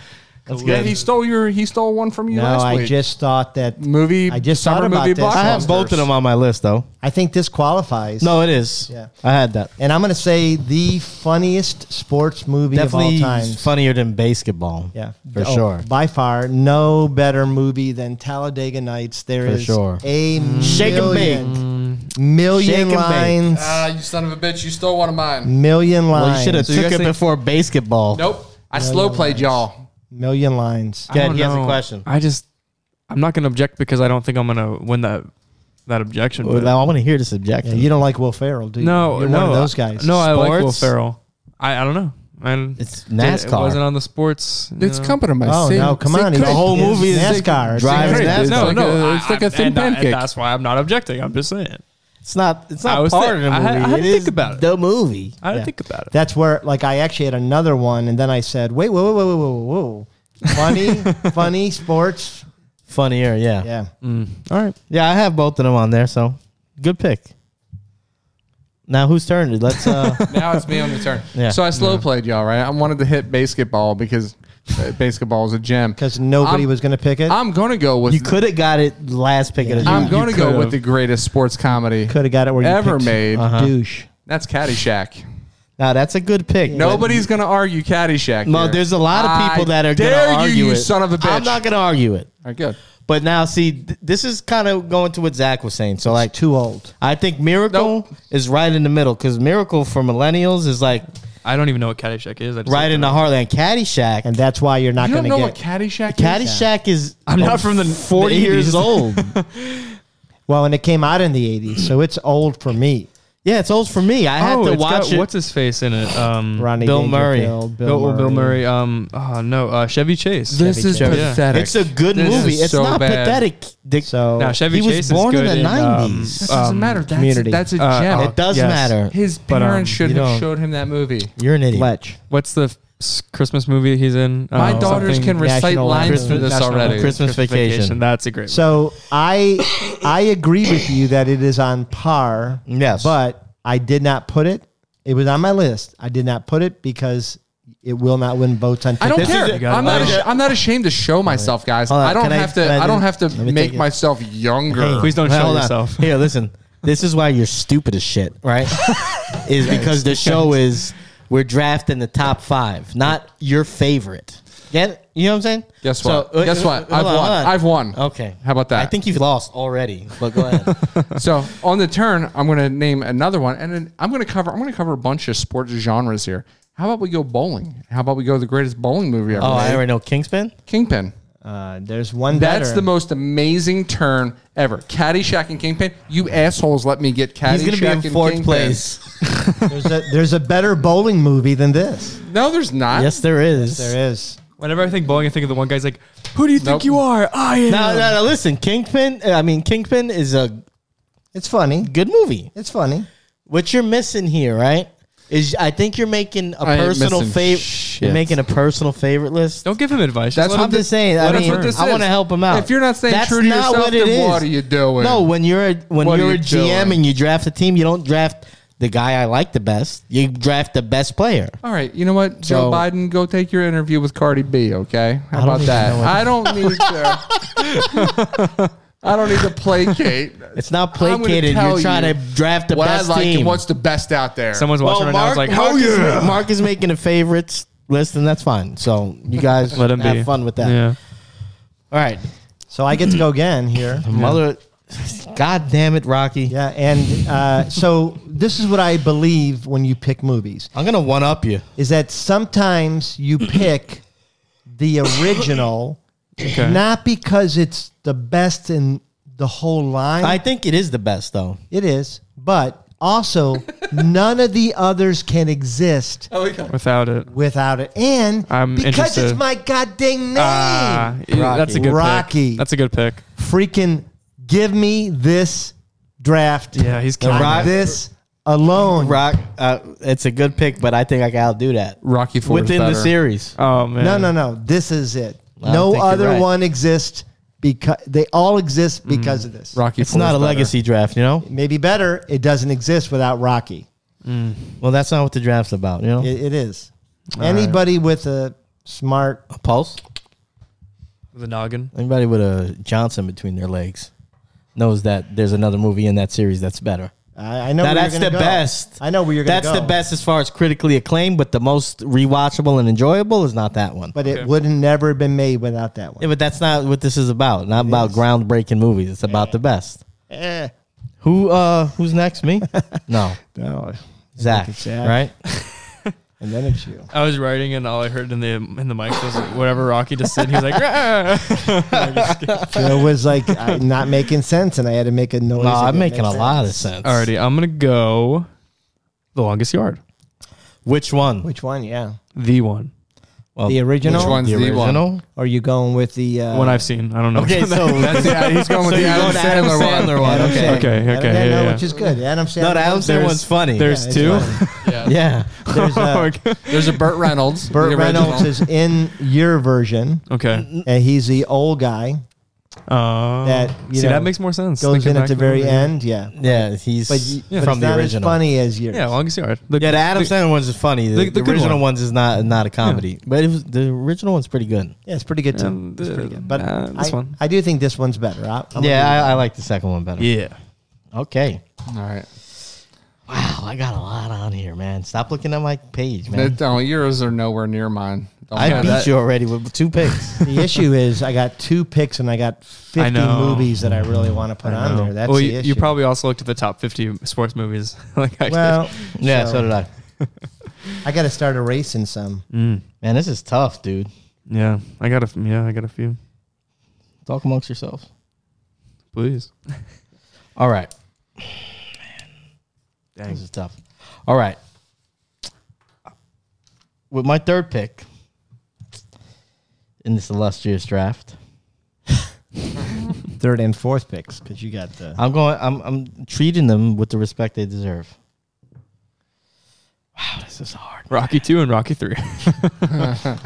[SPEAKER 4] Yeah, he stole your. He stole one from you
[SPEAKER 2] No,
[SPEAKER 4] last week.
[SPEAKER 2] I just thought that.
[SPEAKER 4] movie.
[SPEAKER 2] I just
[SPEAKER 4] summer
[SPEAKER 2] thought about
[SPEAKER 4] movie
[SPEAKER 2] this.
[SPEAKER 4] blockbuster.
[SPEAKER 3] I have both of them on my list, though.
[SPEAKER 2] I think this qualifies.
[SPEAKER 3] No, it is.
[SPEAKER 2] Yeah.
[SPEAKER 3] I had that.
[SPEAKER 2] and I'm going to say the funniest sports movie
[SPEAKER 3] Definitely
[SPEAKER 2] of all time.
[SPEAKER 3] funnier than basketball.
[SPEAKER 2] yeah, Oh,
[SPEAKER 3] for sure.
[SPEAKER 2] By far, no better movie than Talladega Nights. There
[SPEAKER 3] For
[SPEAKER 2] is
[SPEAKER 3] sure.
[SPEAKER 2] a
[SPEAKER 3] Mm. Shake and bake. Mm.
[SPEAKER 2] million, million
[SPEAKER 3] Shake and bake.
[SPEAKER 2] lines,
[SPEAKER 4] Ah, you son of a bitch! You stole one of mine.
[SPEAKER 2] million lines,
[SPEAKER 3] Well, you should have
[SPEAKER 1] So you
[SPEAKER 3] took
[SPEAKER 1] guys
[SPEAKER 3] it
[SPEAKER 1] think-
[SPEAKER 3] before basketball.
[SPEAKER 4] Nope. I slow played y'all.
[SPEAKER 2] million lines.
[SPEAKER 1] I don't
[SPEAKER 3] he has a
[SPEAKER 1] know.
[SPEAKER 3] question.
[SPEAKER 1] I just I'm not gonna object because I don't think I'm gonna win that that objection.
[SPEAKER 3] Well,
[SPEAKER 1] but-
[SPEAKER 3] now I want to hear this
[SPEAKER 2] Yeah,
[SPEAKER 3] objection.
[SPEAKER 2] you don't like Will Ferrell, do you?
[SPEAKER 1] no,
[SPEAKER 2] You're
[SPEAKER 1] no,
[SPEAKER 2] one of those guys.
[SPEAKER 1] No, I like Will
[SPEAKER 3] Sports?
[SPEAKER 1] Ferrell. I, I don't know. And
[SPEAKER 3] It's
[SPEAKER 1] It
[SPEAKER 3] NASCAR.
[SPEAKER 1] wasn't on the sports. you
[SPEAKER 4] It's
[SPEAKER 1] know.
[SPEAKER 4] company. my
[SPEAKER 2] Oh no! Come on,
[SPEAKER 3] The whole movie is
[SPEAKER 2] NASCAR. It's
[SPEAKER 3] driving
[SPEAKER 2] incredible.
[SPEAKER 3] NASCAR.
[SPEAKER 4] It's
[SPEAKER 1] No,
[SPEAKER 4] like
[SPEAKER 1] no,
[SPEAKER 4] a- it's like a
[SPEAKER 1] I-
[SPEAKER 4] thin
[SPEAKER 1] and I- and
[SPEAKER 4] pancake.
[SPEAKER 1] that's why I'm not objecting. I'm just saying.
[SPEAKER 3] It's not. It's
[SPEAKER 1] I
[SPEAKER 3] not
[SPEAKER 1] was
[SPEAKER 3] part
[SPEAKER 1] thi-
[SPEAKER 3] of the movie.
[SPEAKER 1] I had- I had
[SPEAKER 3] It
[SPEAKER 1] to think
[SPEAKER 3] is
[SPEAKER 1] about it.
[SPEAKER 3] the movie.
[SPEAKER 1] I didn't
[SPEAKER 2] Yeah.
[SPEAKER 1] think about it.
[SPEAKER 2] That's where, like, I actually had another one, and then I said, "Wait, whoa, whoa, whoa, whoa, whoa, whoa,
[SPEAKER 3] <laughs>
[SPEAKER 2] funny, funny sports."
[SPEAKER 3] Funnier, yeah. yeah.
[SPEAKER 2] Yeah,
[SPEAKER 1] Mm. All right.
[SPEAKER 3] I have both of them on there, so good pick. Now whose turn? Let's. uh
[SPEAKER 4] now it's me on the turn.
[SPEAKER 3] Yeah.
[SPEAKER 4] So I slow played y'all, right? I wanted to hit basketball because Ba- Basketball is a
[SPEAKER 2] <laughs>
[SPEAKER 4] gem.
[SPEAKER 2] because nobody
[SPEAKER 4] I'm-
[SPEAKER 2] was going to pick it.
[SPEAKER 4] I'm gonna go with.
[SPEAKER 3] You could have got it last pick of the
[SPEAKER 4] I'm
[SPEAKER 3] draft.
[SPEAKER 4] gonna go
[SPEAKER 1] could've.
[SPEAKER 4] with the greatest sports comedy.
[SPEAKER 2] Could have got it where you
[SPEAKER 4] Ever
[SPEAKER 2] picked
[SPEAKER 4] made.
[SPEAKER 2] a
[SPEAKER 4] Uh-huh.
[SPEAKER 2] douche.
[SPEAKER 4] That's Caddyshack.
[SPEAKER 3] Now that's a good pick.
[SPEAKER 4] Nobody's gonna argue Caddyshack.
[SPEAKER 3] No,
[SPEAKER 4] here.
[SPEAKER 3] there's a lot of people
[SPEAKER 4] I
[SPEAKER 3] that are
[SPEAKER 4] dare
[SPEAKER 3] gonna argue
[SPEAKER 4] you, you
[SPEAKER 3] it.
[SPEAKER 4] son of a bitch.
[SPEAKER 3] I'm not gonna argue it.
[SPEAKER 4] All right, good.
[SPEAKER 3] But now, see, th- this is kind of going to what Zach was saying. So, like,
[SPEAKER 2] Too old.
[SPEAKER 3] I think Miracle is right in the middle because Miracle for millennials is like
[SPEAKER 1] I don't even know what Caddyshack is. I just
[SPEAKER 3] right in the heartland. Caddyshack,
[SPEAKER 2] And that's why you're not
[SPEAKER 4] You
[SPEAKER 2] going
[SPEAKER 4] don't
[SPEAKER 2] to
[SPEAKER 4] know
[SPEAKER 2] get.
[SPEAKER 4] what Caddyshack is?
[SPEAKER 3] Caddyshack is
[SPEAKER 1] I'm not from the- the
[SPEAKER 3] 40
[SPEAKER 1] 80s.
[SPEAKER 3] years old.
[SPEAKER 4] <laughs>
[SPEAKER 2] well, and it came out in the '80s, so it's old for me.
[SPEAKER 3] yeah, it's old for me. I had
[SPEAKER 1] oh,
[SPEAKER 3] to
[SPEAKER 1] it's
[SPEAKER 3] watch
[SPEAKER 1] got,
[SPEAKER 3] it.
[SPEAKER 1] what's his face in it? Um,
[SPEAKER 2] Ronnie
[SPEAKER 3] Bill Murray.
[SPEAKER 2] Dangerfield,
[SPEAKER 1] Bill, Bill Murray. Um, oh, no, uh, Chevy Chase.
[SPEAKER 4] This is
[SPEAKER 1] Chase. Yeah.
[SPEAKER 4] pathetic.
[SPEAKER 3] it's a good
[SPEAKER 4] This
[SPEAKER 3] movie.
[SPEAKER 4] is
[SPEAKER 3] It's
[SPEAKER 4] so
[SPEAKER 3] not
[SPEAKER 4] bad.
[SPEAKER 3] pathetic. Dick.
[SPEAKER 2] So
[SPEAKER 1] now Chevy
[SPEAKER 3] He was
[SPEAKER 1] Chase
[SPEAKER 3] born
[SPEAKER 1] is
[SPEAKER 3] in
[SPEAKER 1] good
[SPEAKER 3] the
[SPEAKER 1] in, um,
[SPEAKER 3] 90s.
[SPEAKER 4] That doesn't
[SPEAKER 1] um,
[SPEAKER 4] matter. That's,
[SPEAKER 2] Community.
[SPEAKER 4] that's a gem.
[SPEAKER 1] Uh,
[SPEAKER 3] it does
[SPEAKER 1] yes.
[SPEAKER 3] matter.
[SPEAKER 4] His
[SPEAKER 1] But, um,
[SPEAKER 4] parents shouldn't
[SPEAKER 3] you
[SPEAKER 4] have
[SPEAKER 3] don't-
[SPEAKER 4] showed him that movie.
[SPEAKER 3] You're an idiot.
[SPEAKER 2] Fletch.
[SPEAKER 1] What's the f- s- Christmas movie he's in?
[SPEAKER 4] My
[SPEAKER 1] Uh,
[SPEAKER 4] daughters
[SPEAKER 1] something-
[SPEAKER 4] can recite
[SPEAKER 2] National
[SPEAKER 4] lines
[SPEAKER 2] Lampoon.
[SPEAKER 4] through this
[SPEAKER 1] National
[SPEAKER 4] already.
[SPEAKER 3] Christmas Vacation.
[SPEAKER 1] That's a great. one.
[SPEAKER 2] So I I agree with you that it is on par.
[SPEAKER 3] Yes.
[SPEAKER 2] But I did not put it. It was on my list. I did not put it because it will not win votes on.
[SPEAKER 4] I don't
[SPEAKER 2] TikTok.
[SPEAKER 1] is-
[SPEAKER 4] care.
[SPEAKER 1] you gotta
[SPEAKER 4] I'm
[SPEAKER 1] love
[SPEAKER 4] not.
[SPEAKER 1] it.
[SPEAKER 4] Ash- I'm not ashamed to show myself, guys.
[SPEAKER 3] Hold on,
[SPEAKER 4] I don't
[SPEAKER 3] can I-
[SPEAKER 4] have to.
[SPEAKER 3] can I
[SPEAKER 4] I don't
[SPEAKER 3] do-
[SPEAKER 4] have to
[SPEAKER 3] let me
[SPEAKER 4] make
[SPEAKER 3] take it.
[SPEAKER 4] myself younger.
[SPEAKER 1] Please don't
[SPEAKER 3] Hey,
[SPEAKER 1] show
[SPEAKER 3] hold on.
[SPEAKER 1] yourself.
[SPEAKER 3] Here, listen. This is why you're stupid as shit, right?
[SPEAKER 4] <laughs>
[SPEAKER 3] is because the show is we're drafting the top five, not your favorite. Get it? you know what I'm saying?
[SPEAKER 4] Guess
[SPEAKER 3] So- uh,
[SPEAKER 4] what? Guess what?
[SPEAKER 3] Hold
[SPEAKER 4] I've
[SPEAKER 3] on,
[SPEAKER 4] won.
[SPEAKER 3] hold on.
[SPEAKER 4] I've won.
[SPEAKER 3] Okay.
[SPEAKER 4] How about that?
[SPEAKER 3] I think you've lost already, but
[SPEAKER 4] <laughs>
[SPEAKER 3] go ahead.
[SPEAKER 4] so on the turn, I'm going to name another one, and then I'm going to cover. I'm going to cover a bunch of sports genres here. How about we go bowling? How about we go the greatest bowling movie ever?
[SPEAKER 3] oh, I
[SPEAKER 4] made?
[SPEAKER 3] already know Kingspin.
[SPEAKER 4] Kingpin.
[SPEAKER 2] Uh, there's one.
[SPEAKER 4] That's
[SPEAKER 2] better.
[SPEAKER 4] the most amazing turn ever. Caddyshack and Kingpin. You assholes, let me get Caddyshack
[SPEAKER 3] He's gonna be in
[SPEAKER 4] and
[SPEAKER 3] fourth
[SPEAKER 4] Kingpin.
[SPEAKER 3] place.
[SPEAKER 2] There's a, there's a better bowling movie than this.
[SPEAKER 4] No, there's not.
[SPEAKER 3] <laughs> Yes, there is.
[SPEAKER 2] There is.
[SPEAKER 1] Whenever I think bowling, I think of the one guy's like, "Who do you think
[SPEAKER 4] Nope.
[SPEAKER 1] you are? I am."
[SPEAKER 3] <laughs> No, no, no. Listen, Kingpin. I mean, Kingpin is a
[SPEAKER 2] It's funny.
[SPEAKER 3] good movie.
[SPEAKER 2] It's funny.
[SPEAKER 3] What you're missing here, right? Is I think you're making a
[SPEAKER 4] I ain't
[SPEAKER 3] personal
[SPEAKER 4] missing
[SPEAKER 3] favorite.
[SPEAKER 4] shit.
[SPEAKER 3] You're making a personal favorite list.
[SPEAKER 1] Don't give him advice.
[SPEAKER 4] That's
[SPEAKER 1] Just let
[SPEAKER 4] what
[SPEAKER 3] I'm
[SPEAKER 1] him
[SPEAKER 3] just saying. I
[SPEAKER 4] Let him
[SPEAKER 3] mean,
[SPEAKER 4] put this
[SPEAKER 3] I
[SPEAKER 4] in.
[SPEAKER 3] want to help him out.
[SPEAKER 4] If you're not staying
[SPEAKER 3] That's
[SPEAKER 4] true to
[SPEAKER 3] not
[SPEAKER 4] yourself,
[SPEAKER 3] what it
[SPEAKER 4] then
[SPEAKER 3] is.
[SPEAKER 4] what are you doing?
[SPEAKER 3] No, when you're a, when
[SPEAKER 4] What are
[SPEAKER 3] you're a
[SPEAKER 4] you
[SPEAKER 3] GM
[SPEAKER 4] doing?
[SPEAKER 3] and you draft a team, you don't draft the guy I like the best. You draft the best player.
[SPEAKER 4] All right, you know what, Joe
[SPEAKER 3] So-
[SPEAKER 4] Biden, go take your interview with Cardi B. Okay, how about
[SPEAKER 2] even
[SPEAKER 4] that?
[SPEAKER 2] know what-
[SPEAKER 4] I don't need to.
[SPEAKER 3] <laughs>
[SPEAKER 4] I don't need to placate.
[SPEAKER 3] It's not
[SPEAKER 4] I'm gonna
[SPEAKER 3] placated.
[SPEAKER 4] tell
[SPEAKER 3] You're trying
[SPEAKER 4] you
[SPEAKER 3] to draft the
[SPEAKER 4] what
[SPEAKER 3] best
[SPEAKER 4] I like
[SPEAKER 3] team.
[SPEAKER 4] and what's the best out there.
[SPEAKER 1] Someone's watching right now. It's like,
[SPEAKER 3] Mark,
[SPEAKER 1] "Oh
[SPEAKER 3] is,
[SPEAKER 1] yeah."
[SPEAKER 3] ma- Mark is making a favorites list, and that's fine. So you guys
[SPEAKER 1] <laughs> Let him
[SPEAKER 3] have
[SPEAKER 1] be.
[SPEAKER 3] fun with that.
[SPEAKER 1] Yeah.
[SPEAKER 3] All right,
[SPEAKER 2] So I get to go again
[SPEAKER 3] <laughs>
[SPEAKER 2] here.
[SPEAKER 3] mother. God damn it, Rocky.
[SPEAKER 2] Yeah, and uh, so this is what I believe when you pick movies
[SPEAKER 3] I'm gonna one up you.
[SPEAKER 2] is that sometimes you pick the original
[SPEAKER 1] Okay.
[SPEAKER 2] not because it's the best in the whole line.
[SPEAKER 3] I think it is the best though.
[SPEAKER 2] it is, but
[SPEAKER 3] <laughs>
[SPEAKER 2] also none of the others can exist
[SPEAKER 3] Oh,
[SPEAKER 1] Without it.
[SPEAKER 2] without it. And
[SPEAKER 1] I'm
[SPEAKER 2] because
[SPEAKER 1] interested.
[SPEAKER 2] it's my goddamn name,
[SPEAKER 1] Ah, that's a good
[SPEAKER 2] Rocky.
[SPEAKER 1] Pick. That's a good pick.
[SPEAKER 2] freaking give me this draft.
[SPEAKER 1] Yeah, he's
[SPEAKER 2] on
[SPEAKER 1] killing
[SPEAKER 3] Rock-
[SPEAKER 2] this alone.
[SPEAKER 3] Rock, uh, it's a good pick, but I think I can outdo that
[SPEAKER 4] Rocky Four is
[SPEAKER 3] within the
[SPEAKER 4] better.
[SPEAKER 3] series.
[SPEAKER 1] Oh man.
[SPEAKER 2] No, no, no. This is it.
[SPEAKER 3] I
[SPEAKER 2] no
[SPEAKER 3] think you're
[SPEAKER 2] other
[SPEAKER 3] right.
[SPEAKER 2] one exists because they all exist
[SPEAKER 1] Mm.
[SPEAKER 2] because of this.
[SPEAKER 4] Rocky
[SPEAKER 3] It's not a legacy draft, you know.
[SPEAKER 2] Maybe better, it doesn't exist without Rocky.
[SPEAKER 3] Well, that's not what the draft's about, you know.
[SPEAKER 2] It, it is. Anybody with a smart
[SPEAKER 3] A pulse.
[SPEAKER 1] The noggin.
[SPEAKER 3] Anybody with a Johnson between their legs knows that there's another movie in that series that's better.
[SPEAKER 2] I, I know where
[SPEAKER 3] Now
[SPEAKER 2] you're
[SPEAKER 3] that's
[SPEAKER 2] gonna
[SPEAKER 3] the
[SPEAKER 2] go.
[SPEAKER 3] best.
[SPEAKER 2] I know where you're going
[SPEAKER 3] That's the best as far as critically acclaimed, but the most rewatchable and enjoyable is not that one. But,
[SPEAKER 2] But it
[SPEAKER 1] Okay.
[SPEAKER 2] wouldn't never have been made without that one.
[SPEAKER 3] yeah, but that's not what this is about. Not about
[SPEAKER 2] is.
[SPEAKER 3] groundbreaking movies. It's about the best.
[SPEAKER 2] Eh.
[SPEAKER 3] Who uh who's
[SPEAKER 2] <laughs>
[SPEAKER 3] next? Me? no.
[SPEAKER 2] No.
[SPEAKER 3] Zach.
[SPEAKER 2] it's Zach.
[SPEAKER 3] Right?
[SPEAKER 2] And then it's you.
[SPEAKER 1] I was writing and all I heard in the in the mic was like, whatever Rocky just said. He was like, "Rah."
[SPEAKER 2] Joe was like I, not making sense, and I had to make a noise.
[SPEAKER 3] No,
[SPEAKER 2] that
[SPEAKER 3] I'm
[SPEAKER 2] didn't
[SPEAKER 3] making
[SPEAKER 2] make
[SPEAKER 3] a
[SPEAKER 2] sense.
[SPEAKER 3] lot of sense.
[SPEAKER 1] alrighty, I'm gonna go. The longest yard.
[SPEAKER 3] Which one?
[SPEAKER 2] Which one? Yeah,
[SPEAKER 1] The one.
[SPEAKER 3] Well,
[SPEAKER 2] the original.
[SPEAKER 4] Which one's
[SPEAKER 3] Oh. the
[SPEAKER 4] the, one?
[SPEAKER 3] original?
[SPEAKER 2] Or are you going with the uh,
[SPEAKER 1] One I've seen. I don't know.
[SPEAKER 3] Okay, so
[SPEAKER 4] That's yeah, he's going with
[SPEAKER 3] So
[SPEAKER 4] the
[SPEAKER 3] you go
[SPEAKER 4] Adam
[SPEAKER 3] to Adam
[SPEAKER 4] Sandler,
[SPEAKER 3] Sandler
[SPEAKER 4] one.
[SPEAKER 3] one,
[SPEAKER 2] Adam
[SPEAKER 4] <laughs>
[SPEAKER 3] okay.
[SPEAKER 2] Sandler.
[SPEAKER 1] Okay,
[SPEAKER 2] Adam
[SPEAKER 1] okay,
[SPEAKER 2] Sandler,
[SPEAKER 1] yeah, yeah.
[SPEAKER 2] which is good. Adam Sandler.
[SPEAKER 3] <laughs> No, the Adam Sandler
[SPEAKER 1] There's-
[SPEAKER 3] one's
[SPEAKER 1] <laughs>
[SPEAKER 3] funny.
[SPEAKER 1] There's
[SPEAKER 2] it's
[SPEAKER 1] two.
[SPEAKER 2] funny.
[SPEAKER 3] yeah.
[SPEAKER 2] There's uh,
[SPEAKER 4] There's a Burt Reynolds. the
[SPEAKER 2] Burt
[SPEAKER 4] original.
[SPEAKER 3] Mm.
[SPEAKER 2] Reynolds is in your version,
[SPEAKER 1] <laughs> okay.
[SPEAKER 2] and he's the old guy.
[SPEAKER 1] Uh,
[SPEAKER 2] That, you
[SPEAKER 1] see,
[SPEAKER 2] know,
[SPEAKER 1] that makes more sense.
[SPEAKER 2] Goes
[SPEAKER 1] thinking
[SPEAKER 2] in at
[SPEAKER 1] back
[SPEAKER 2] the
[SPEAKER 1] to
[SPEAKER 2] very
[SPEAKER 1] movie.
[SPEAKER 2] end. Yeah.
[SPEAKER 3] Yeah, he's
[SPEAKER 2] But, y- but
[SPEAKER 3] from
[SPEAKER 2] it's
[SPEAKER 3] the
[SPEAKER 2] not
[SPEAKER 3] original.
[SPEAKER 2] as funny as yours.
[SPEAKER 1] Yeah, Longest Yard. The-
[SPEAKER 3] Yeah, the Adam
[SPEAKER 1] the-
[SPEAKER 3] Sandler ones is funny. The,
[SPEAKER 1] the-
[SPEAKER 3] the
[SPEAKER 1] the good
[SPEAKER 3] original
[SPEAKER 1] one.
[SPEAKER 3] ones is not not a comedy, but it was the original one's pretty good.
[SPEAKER 2] Yeah, it's pretty good too.
[SPEAKER 1] Um,
[SPEAKER 2] it's pretty
[SPEAKER 1] the-
[SPEAKER 2] good. But
[SPEAKER 1] uh, this
[SPEAKER 2] I,
[SPEAKER 1] one.
[SPEAKER 2] I do think this one's better. I, I'm
[SPEAKER 3] yeah,
[SPEAKER 2] gonna-
[SPEAKER 3] I, I like the second one better.
[SPEAKER 1] Yeah.
[SPEAKER 3] Okay.
[SPEAKER 4] All right.
[SPEAKER 3] Wow, I got a lot on here, man. Stop looking at my page, man.
[SPEAKER 4] That, oh, yours are nowhere near mine. Don't
[SPEAKER 3] I
[SPEAKER 4] count
[SPEAKER 3] beat
[SPEAKER 4] Oh, that.
[SPEAKER 3] you already with two
[SPEAKER 2] <laughs>
[SPEAKER 3] picks.
[SPEAKER 2] the issue is I got two picks and I got 50
[SPEAKER 1] know.
[SPEAKER 2] movies that I really want to put on there. That's
[SPEAKER 1] well,
[SPEAKER 2] the
[SPEAKER 1] you,
[SPEAKER 2] issue.
[SPEAKER 1] you probably <laughs> also looked at the top 50 sports movies. <laughs> like I did.
[SPEAKER 2] well,
[SPEAKER 3] yeah, so did I.
[SPEAKER 2] I got to start erasing some.
[SPEAKER 1] Mm,
[SPEAKER 3] Man, this is tough, dude.
[SPEAKER 1] yeah, I got a f- yeah, I got a few.
[SPEAKER 3] Talk amongst yourselves.
[SPEAKER 1] Please.
[SPEAKER 3] All right.
[SPEAKER 1] Dang.
[SPEAKER 3] This is tough. All right. With my third pick in this illustrious draft,
[SPEAKER 2] Third and fourth picks because you got the.
[SPEAKER 3] I'm going. I'm, I'm treating them with the respect they deserve. Wow, this is hard.
[SPEAKER 1] Rocky 2 and Rocky 3.
[SPEAKER 2] Bam, bam.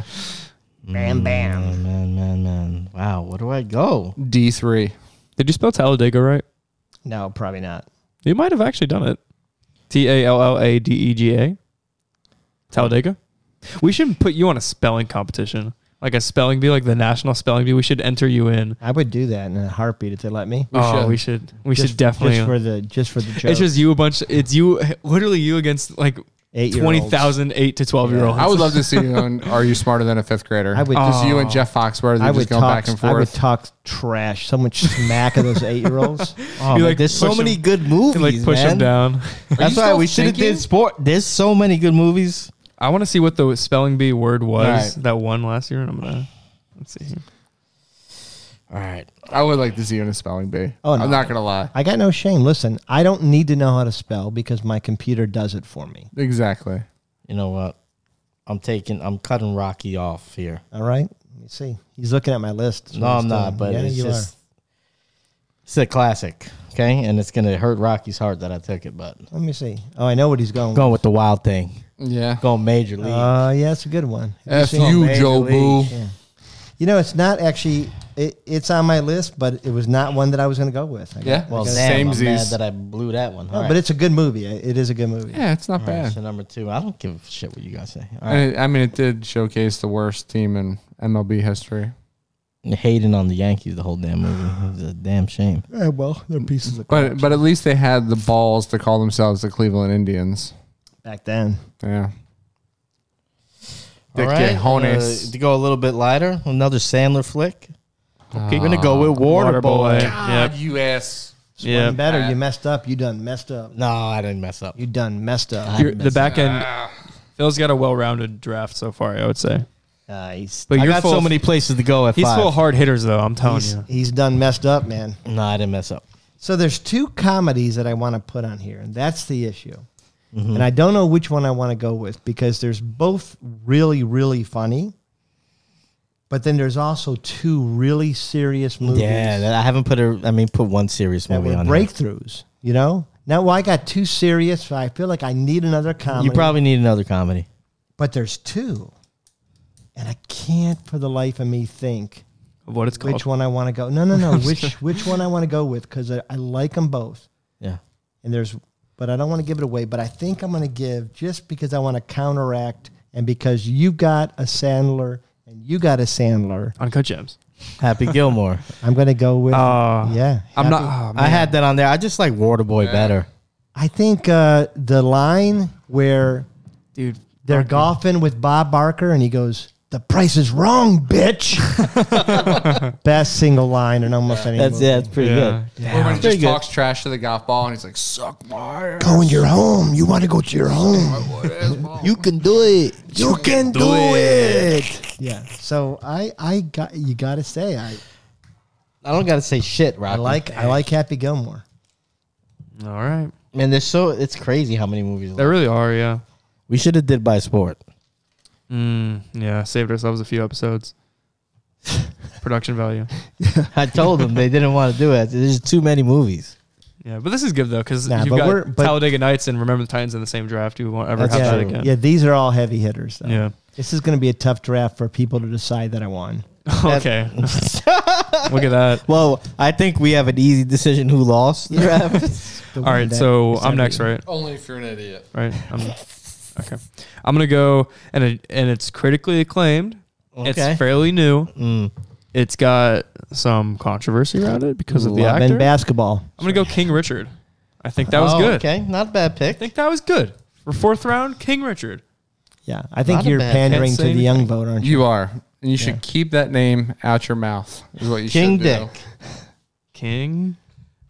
[SPEAKER 3] Man, Mm, man, man, man. Wow, where do I go?
[SPEAKER 4] D three.
[SPEAKER 1] Did you spell Talladega right?
[SPEAKER 2] No, probably not.
[SPEAKER 1] You might have actually done it. T A L L A D E G A. Talladega. We should put you on a spelling competition, like a spelling bee, like the national spelling bee. We should enter you in.
[SPEAKER 2] I would do that in a heartbeat if they let me.
[SPEAKER 4] We
[SPEAKER 1] oh,
[SPEAKER 4] should.
[SPEAKER 1] we should. We
[SPEAKER 2] Just-
[SPEAKER 1] should definitely.
[SPEAKER 2] just for the just for the joke.
[SPEAKER 1] it's just you a bunch. It's you, literally you against like
[SPEAKER 2] Eight-year-olds.
[SPEAKER 1] twenty thousand eight to twelve year olds.
[SPEAKER 4] I
[SPEAKER 1] <laughs>
[SPEAKER 4] would love to see you. on Are you smarter than a fifth grader?
[SPEAKER 2] I
[SPEAKER 1] Oh,
[SPEAKER 2] would-
[SPEAKER 4] just
[SPEAKER 3] Oh.
[SPEAKER 4] you and Jeff Foxworthy
[SPEAKER 2] I
[SPEAKER 4] just
[SPEAKER 2] would
[SPEAKER 4] going
[SPEAKER 2] talk.
[SPEAKER 4] back and
[SPEAKER 2] I would
[SPEAKER 4] forth.
[SPEAKER 2] talk trash. So much smack of those eight year
[SPEAKER 1] <laughs>
[SPEAKER 2] olds.
[SPEAKER 3] Oh,
[SPEAKER 1] You,
[SPEAKER 3] man,
[SPEAKER 1] like,
[SPEAKER 3] there's so
[SPEAKER 1] push
[SPEAKER 3] many
[SPEAKER 1] him-
[SPEAKER 3] good movies.
[SPEAKER 1] and like push
[SPEAKER 3] man.
[SPEAKER 1] them
[SPEAKER 3] <laughs>
[SPEAKER 1] down.
[SPEAKER 3] That's
[SPEAKER 4] you
[SPEAKER 3] why
[SPEAKER 4] still
[SPEAKER 3] we should have
[SPEAKER 4] thinking?
[SPEAKER 3] did sport. There's so many good movies.
[SPEAKER 1] I want to see what the spelling bee word was
[SPEAKER 4] Alright.
[SPEAKER 1] that won last year, and I'm gonna let's see. here.
[SPEAKER 3] All right.
[SPEAKER 4] I would like to see you in a spelling bee.
[SPEAKER 2] Oh, no.
[SPEAKER 4] I'm not gonna lie.
[SPEAKER 2] I got no shame. Listen, I don't need to know how to spell because my computer does it for me.
[SPEAKER 4] Exactly.
[SPEAKER 3] You know what? I'm taking. I'm cutting Rocky off here.
[SPEAKER 2] All right. Let me see. He's looking at my list. That's
[SPEAKER 3] no,
[SPEAKER 2] what
[SPEAKER 3] I'm
[SPEAKER 2] he's
[SPEAKER 3] not.
[SPEAKER 2] doing.
[SPEAKER 3] But
[SPEAKER 2] yeah,
[SPEAKER 3] it's
[SPEAKER 2] you
[SPEAKER 3] just. It's a classic. Okay, and it's gonna hurt Rocky's heart that I took it, but
[SPEAKER 2] are. Let me see. Oh, I know what he's going.
[SPEAKER 3] going with the wild thing,
[SPEAKER 4] Yeah.
[SPEAKER 3] going major league.
[SPEAKER 2] Uh, yeah, it's a good one. Have
[SPEAKER 4] F
[SPEAKER 2] seen it?
[SPEAKER 4] you,
[SPEAKER 3] Major
[SPEAKER 4] Joe Boo.
[SPEAKER 3] League.
[SPEAKER 2] Yeah. You know, it's not actually. It, it's on my list, but it was not one that I was going to go with. I got-
[SPEAKER 4] Yeah.
[SPEAKER 2] I
[SPEAKER 3] well,
[SPEAKER 2] got-
[SPEAKER 3] damn, I'm mad
[SPEAKER 4] samesies.
[SPEAKER 3] that I blew that one.
[SPEAKER 2] No,
[SPEAKER 3] All right.
[SPEAKER 2] Oh, but it's a good movie. It is a good movie.
[SPEAKER 4] Yeah, it's not
[SPEAKER 3] All right,
[SPEAKER 4] bad.
[SPEAKER 3] so number two, I don't give a shit what you guys say. All right,
[SPEAKER 4] And it, I mean, it did showcase the worst team in MLB history.
[SPEAKER 3] hating on the Yankees the whole damn movie. It was a damn shame.
[SPEAKER 2] Eh, well, they're pieces of
[SPEAKER 4] But but at least they had the balls to call themselves the Cleveland Indians.
[SPEAKER 2] back then.
[SPEAKER 4] Yeah.
[SPEAKER 3] All
[SPEAKER 4] Dick
[SPEAKER 3] right,
[SPEAKER 4] Cajones.
[SPEAKER 3] uh, to go a little bit lighter, another Sandler flick.
[SPEAKER 1] Okay,
[SPEAKER 3] We're gonna go with Waterboy.
[SPEAKER 1] Waterboy. Yep.
[SPEAKER 4] you ass.
[SPEAKER 2] It's one
[SPEAKER 1] Yeah.
[SPEAKER 2] better. You messed up. You done messed up.
[SPEAKER 3] No, I didn't mess up.
[SPEAKER 2] You done messed up.
[SPEAKER 1] Your- the back end. Phil's got a well-rounded draft so far, I would say.
[SPEAKER 2] Nice.
[SPEAKER 1] But
[SPEAKER 3] I
[SPEAKER 1] you're
[SPEAKER 3] got
[SPEAKER 1] full
[SPEAKER 3] so
[SPEAKER 1] of-
[SPEAKER 3] many places to go at
[SPEAKER 1] He's
[SPEAKER 3] five.
[SPEAKER 1] full of hard hitters, though. I'm telling
[SPEAKER 2] He's,
[SPEAKER 1] you.
[SPEAKER 2] he's done messed up, man.
[SPEAKER 3] no, I didn't mess up.
[SPEAKER 2] So there's two comedies that I want to put on here, and that's the issue. And I don't know which one I want to go with because there's both really, really funny, but then there's also two really serious movies
[SPEAKER 3] Yeah, that- I haven't put a. I mean, put one serious
[SPEAKER 2] that
[SPEAKER 3] movie
[SPEAKER 2] were
[SPEAKER 3] on.
[SPEAKER 2] breakthroughs. You know, now well, I got two serious, so I feel like I need another
[SPEAKER 3] here.
[SPEAKER 2] comedy.
[SPEAKER 3] You probably need another comedy.
[SPEAKER 2] but there's two, and I can't for the life of me think
[SPEAKER 1] Of what it's called.
[SPEAKER 2] which one I want to go. No,
[SPEAKER 1] <laughs>
[SPEAKER 2] no, no. which which one I want to go with because I, I like them both.
[SPEAKER 3] Yeah.
[SPEAKER 2] and there's but I don't want to give it away, but I think I'm going to give just because I want to counteract and because you got a Sandler and you got a Sandler,
[SPEAKER 1] Uncut Gems.
[SPEAKER 3] Happy Gilmore.
[SPEAKER 2] I'm going to go with
[SPEAKER 1] Uh,
[SPEAKER 2] yeah.
[SPEAKER 1] I'm not.
[SPEAKER 2] Happy-
[SPEAKER 1] oh,
[SPEAKER 3] I
[SPEAKER 1] man.
[SPEAKER 3] had that on there. I just like Waterboy better.
[SPEAKER 2] I think uh, the line where
[SPEAKER 1] dude.
[SPEAKER 2] they're golfing with Bob Barker and he goes, "The price is wrong,
[SPEAKER 1] <laughs>
[SPEAKER 2] bitch." Best single line in almost any
[SPEAKER 3] That's
[SPEAKER 2] movie.
[SPEAKER 3] yeah, that's pretty
[SPEAKER 1] Yeah.
[SPEAKER 3] good.
[SPEAKER 4] Or when he
[SPEAKER 3] Pretty
[SPEAKER 4] just
[SPEAKER 3] good.
[SPEAKER 4] talks trash to the golf ball and he's like, suck my ass.
[SPEAKER 2] Go in your Oh, home. You want to go to your home.
[SPEAKER 3] <laughs> You can do it.
[SPEAKER 2] You can do it. Yeah. So I I got you got to say I
[SPEAKER 3] I don't gotta say shit, Rocky.
[SPEAKER 2] I like I like Happy Gilmore.
[SPEAKER 1] All right.
[SPEAKER 3] man. There's so it's crazy how many movies.
[SPEAKER 1] There really are. Yeah.
[SPEAKER 3] we should have did by sport.
[SPEAKER 1] Mm, yeah. Saved ourselves a few episodes. Production value.
[SPEAKER 3] <laughs> I told them they didn't want to do it. There's too many movies.
[SPEAKER 1] Yeah, but this is good though because
[SPEAKER 2] Nah,
[SPEAKER 1] you've
[SPEAKER 2] but
[SPEAKER 1] got
[SPEAKER 2] we're- but-
[SPEAKER 1] Talladega Nights and Remember the Titans in the same draft. You won't ever
[SPEAKER 3] That's
[SPEAKER 1] have that
[SPEAKER 3] true.
[SPEAKER 1] again.
[SPEAKER 2] Yeah, these are all heavy hitters. Though.
[SPEAKER 1] Yeah. <laughs>
[SPEAKER 2] This is going to be a tough draft for people to decide that I won.
[SPEAKER 1] Okay. Look at that.
[SPEAKER 3] <laughs> Well, I think we have an easy decision who lost <laughs> the <laughs> draft.
[SPEAKER 1] All right, so I'm next, right?
[SPEAKER 5] Only if you're an idiot.
[SPEAKER 1] Right. I'm, okay. I'm gonna go and it, and it's critically acclaimed.
[SPEAKER 3] Okay. Mm.
[SPEAKER 1] It's fairly new. It's got some controversy around it because of the
[SPEAKER 2] Love
[SPEAKER 1] actor.
[SPEAKER 2] and
[SPEAKER 1] I'm
[SPEAKER 2] basketball.
[SPEAKER 1] gonna go King Richard. I think that was
[SPEAKER 3] Oh,
[SPEAKER 1] good.
[SPEAKER 3] Okay, not a bad pick.
[SPEAKER 1] I think that was good for fourth round. King Richard.
[SPEAKER 2] Yeah, I think
[SPEAKER 3] Not a
[SPEAKER 2] you're
[SPEAKER 3] bad- can't
[SPEAKER 2] pandering to
[SPEAKER 1] say
[SPEAKER 2] the young vote, aren't you?
[SPEAKER 4] You are. And you should keep that name out your mouth. Is what you
[SPEAKER 3] King
[SPEAKER 4] should
[SPEAKER 3] Dick.
[SPEAKER 4] do.
[SPEAKER 1] King.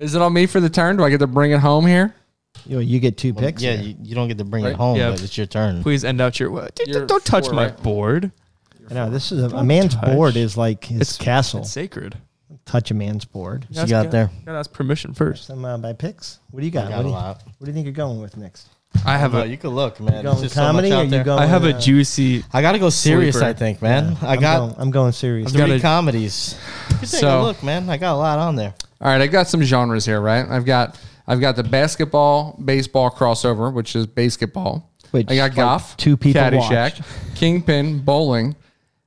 [SPEAKER 4] Is it on me for the turn? Do I get to bring it home here?
[SPEAKER 2] You, you get two picks.
[SPEAKER 3] yeah,
[SPEAKER 2] here.
[SPEAKER 3] you, you don't get to bring it
[SPEAKER 4] Right?
[SPEAKER 3] home,
[SPEAKER 1] Yeah.
[SPEAKER 3] but it's your turn.
[SPEAKER 1] Please end out your. What? D- d-
[SPEAKER 4] You're
[SPEAKER 1] Don't touch
[SPEAKER 4] four,
[SPEAKER 1] my
[SPEAKER 4] right?
[SPEAKER 1] board.
[SPEAKER 2] I know this is a, a man's board is like his
[SPEAKER 1] It's-
[SPEAKER 2] castle.
[SPEAKER 1] It's sacred.
[SPEAKER 2] Touch a man's board.
[SPEAKER 3] you got there?
[SPEAKER 1] Gotta ask permission first.
[SPEAKER 2] Some uh, by picks. What do you got?
[SPEAKER 3] got
[SPEAKER 2] what, do
[SPEAKER 3] a
[SPEAKER 2] you,
[SPEAKER 3] lot.
[SPEAKER 2] what do you think you're going with next?
[SPEAKER 1] I have
[SPEAKER 3] Well,
[SPEAKER 1] a.
[SPEAKER 3] you could look, man.
[SPEAKER 2] You
[SPEAKER 3] There's
[SPEAKER 2] going
[SPEAKER 3] just so
[SPEAKER 2] comedy
[SPEAKER 3] much
[SPEAKER 2] or
[SPEAKER 3] out
[SPEAKER 2] you
[SPEAKER 3] there.
[SPEAKER 2] going?
[SPEAKER 1] I have a
[SPEAKER 2] uh,
[SPEAKER 1] juicy.
[SPEAKER 3] I got to go serious.
[SPEAKER 1] Sleeper.
[SPEAKER 3] I think, man. I
[SPEAKER 2] I'm
[SPEAKER 3] got
[SPEAKER 2] going- I'm going serious.
[SPEAKER 1] I've got
[SPEAKER 3] three
[SPEAKER 1] a-
[SPEAKER 3] comedies. You take
[SPEAKER 4] So-
[SPEAKER 3] a look, man. I got a lot on there.
[SPEAKER 4] All right, I've got some genres here, right? I've got I've got the basketball baseball crossover, which is basketball.
[SPEAKER 2] Which,
[SPEAKER 4] I got
[SPEAKER 2] like,
[SPEAKER 4] golf,
[SPEAKER 2] two people
[SPEAKER 4] Caddyshack,
[SPEAKER 2] watched.
[SPEAKER 4] Kingpin, bowling.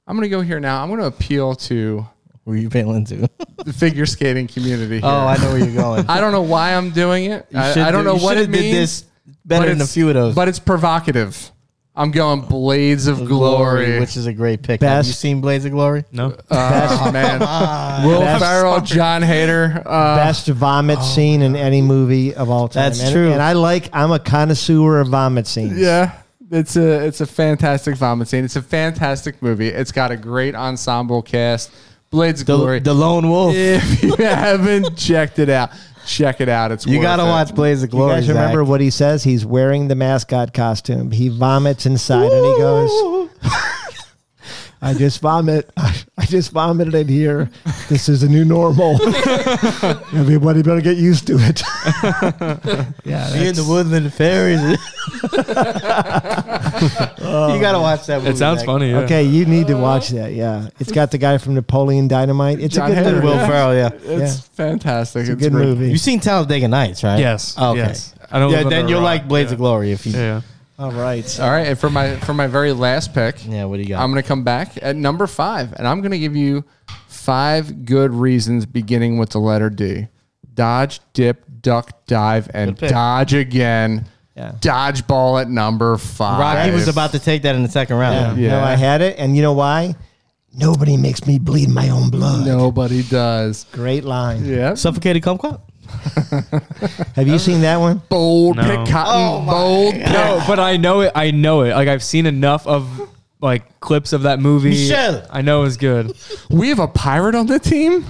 [SPEAKER 4] I'm gonna go here now. I'm gonna appeal to
[SPEAKER 3] Were you appealing <laughs> to?
[SPEAKER 4] the figure skating community. Here.
[SPEAKER 3] oh, <laughs> I know where you're going.
[SPEAKER 4] I don't know why I'm doing it.
[SPEAKER 3] You
[SPEAKER 4] I,
[SPEAKER 3] should
[SPEAKER 4] I don't
[SPEAKER 3] do-
[SPEAKER 4] know
[SPEAKER 3] you
[SPEAKER 4] what it
[SPEAKER 3] should've
[SPEAKER 4] means.
[SPEAKER 3] did this
[SPEAKER 4] but
[SPEAKER 3] better than a
[SPEAKER 4] it's-
[SPEAKER 3] few of those.
[SPEAKER 4] but it's provocative. I'm going Blades of Glory.
[SPEAKER 3] which is a great pick. Have
[SPEAKER 2] Best-
[SPEAKER 3] you seen Blades of Glory?
[SPEAKER 1] No.
[SPEAKER 4] oh
[SPEAKER 3] <laughs>
[SPEAKER 4] man, Will
[SPEAKER 2] Best-
[SPEAKER 4] Ferrell, John Hader. Uh,
[SPEAKER 2] Best vomit scene in any movie of all time.
[SPEAKER 3] That's
[SPEAKER 2] And-
[SPEAKER 3] true.
[SPEAKER 2] And I like. I'm a connoisseur of vomit scenes.
[SPEAKER 4] Yeah. It's a it's a fantastic vomit scene. It's a fantastic movie. It's got a great ensemble cast. Blades of
[SPEAKER 3] The,
[SPEAKER 4] Glory.
[SPEAKER 3] the Lone Wolf.
[SPEAKER 4] if you <laughs> haven't checked it out, check it out. It's
[SPEAKER 3] You
[SPEAKER 4] worth
[SPEAKER 3] got to
[SPEAKER 4] it.
[SPEAKER 3] watch Blades of
[SPEAKER 2] You
[SPEAKER 3] Glory.
[SPEAKER 2] guys remember
[SPEAKER 3] Zach.
[SPEAKER 2] what he says? He's wearing the mascot costume. He vomits inside and he
[SPEAKER 4] <laughs>
[SPEAKER 2] goes, I just vomit. I, I just vomited in here. This is a new
[SPEAKER 4] <laughs>
[SPEAKER 2] normal. Everybody better get used to it. yeah.
[SPEAKER 3] Me in the Woodland Fairies. <laughs> you got to watch that movie.
[SPEAKER 1] It sounds
[SPEAKER 3] Zach.
[SPEAKER 1] funny. Yeah.
[SPEAKER 2] Okay, you need to watch that. Yeah. It's got the guy from Napoleon Dynamite. It's
[SPEAKER 4] John
[SPEAKER 2] a good
[SPEAKER 4] Hader.
[SPEAKER 2] movie.
[SPEAKER 3] Will Ferrell, yeah.
[SPEAKER 4] It's fantastic. It's,
[SPEAKER 2] It's a good
[SPEAKER 4] great.
[SPEAKER 2] movie.
[SPEAKER 3] You've seen Talladega Nights, right?
[SPEAKER 1] Yes.
[SPEAKER 3] Okay.
[SPEAKER 1] Yes. I don't.
[SPEAKER 3] Yeah,
[SPEAKER 1] live under
[SPEAKER 3] then
[SPEAKER 1] a
[SPEAKER 3] you'll
[SPEAKER 1] rock.
[SPEAKER 3] like Blades
[SPEAKER 1] Yeah.
[SPEAKER 3] of Glory if you.
[SPEAKER 1] Yeah,
[SPEAKER 3] Yeah.
[SPEAKER 1] yeah.
[SPEAKER 2] All right.
[SPEAKER 4] All right, and for my for my very last pick,
[SPEAKER 3] what do you got?
[SPEAKER 4] I'm gonna come back at number five, and I'm gonna give you five good reasons beginning with the letter D. Dodge, dip, duck, dive, and
[SPEAKER 3] Good pick.
[SPEAKER 4] dodge again.
[SPEAKER 2] Yeah.
[SPEAKER 4] Dodgeball at number five.
[SPEAKER 3] Rocky was about to take that in the second
[SPEAKER 2] Yeah.
[SPEAKER 3] round.
[SPEAKER 4] Yeah.
[SPEAKER 2] No, I had it. And you know why? Nobody makes me bleed my own blood.
[SPEAKER 4] <laughs> Nobody does.
[SPEAKER 2] Great line.
[SPEAKER 4] Yeah.
[SPEAKER 3] Suffocated Kumquat?
[SPEAKER 2] Have you seen that one?
[SPEAKER 4] bold
[SPEAKER 1] No.
[SPEAKER 4] pick,
[SPEAKER 3] Oh
[SPEAKER 4] cotton, bold pick.
[SPEAKER 2] <laughs>
[SPEAKER 1] No, but I know it. I know it. Like I've seen enough of like clips of that movie.
[SPEAKER 3] Michelle.
[SPEAKER 1] I know it's good.
[SPEAKER 4] We have a pirate on the team.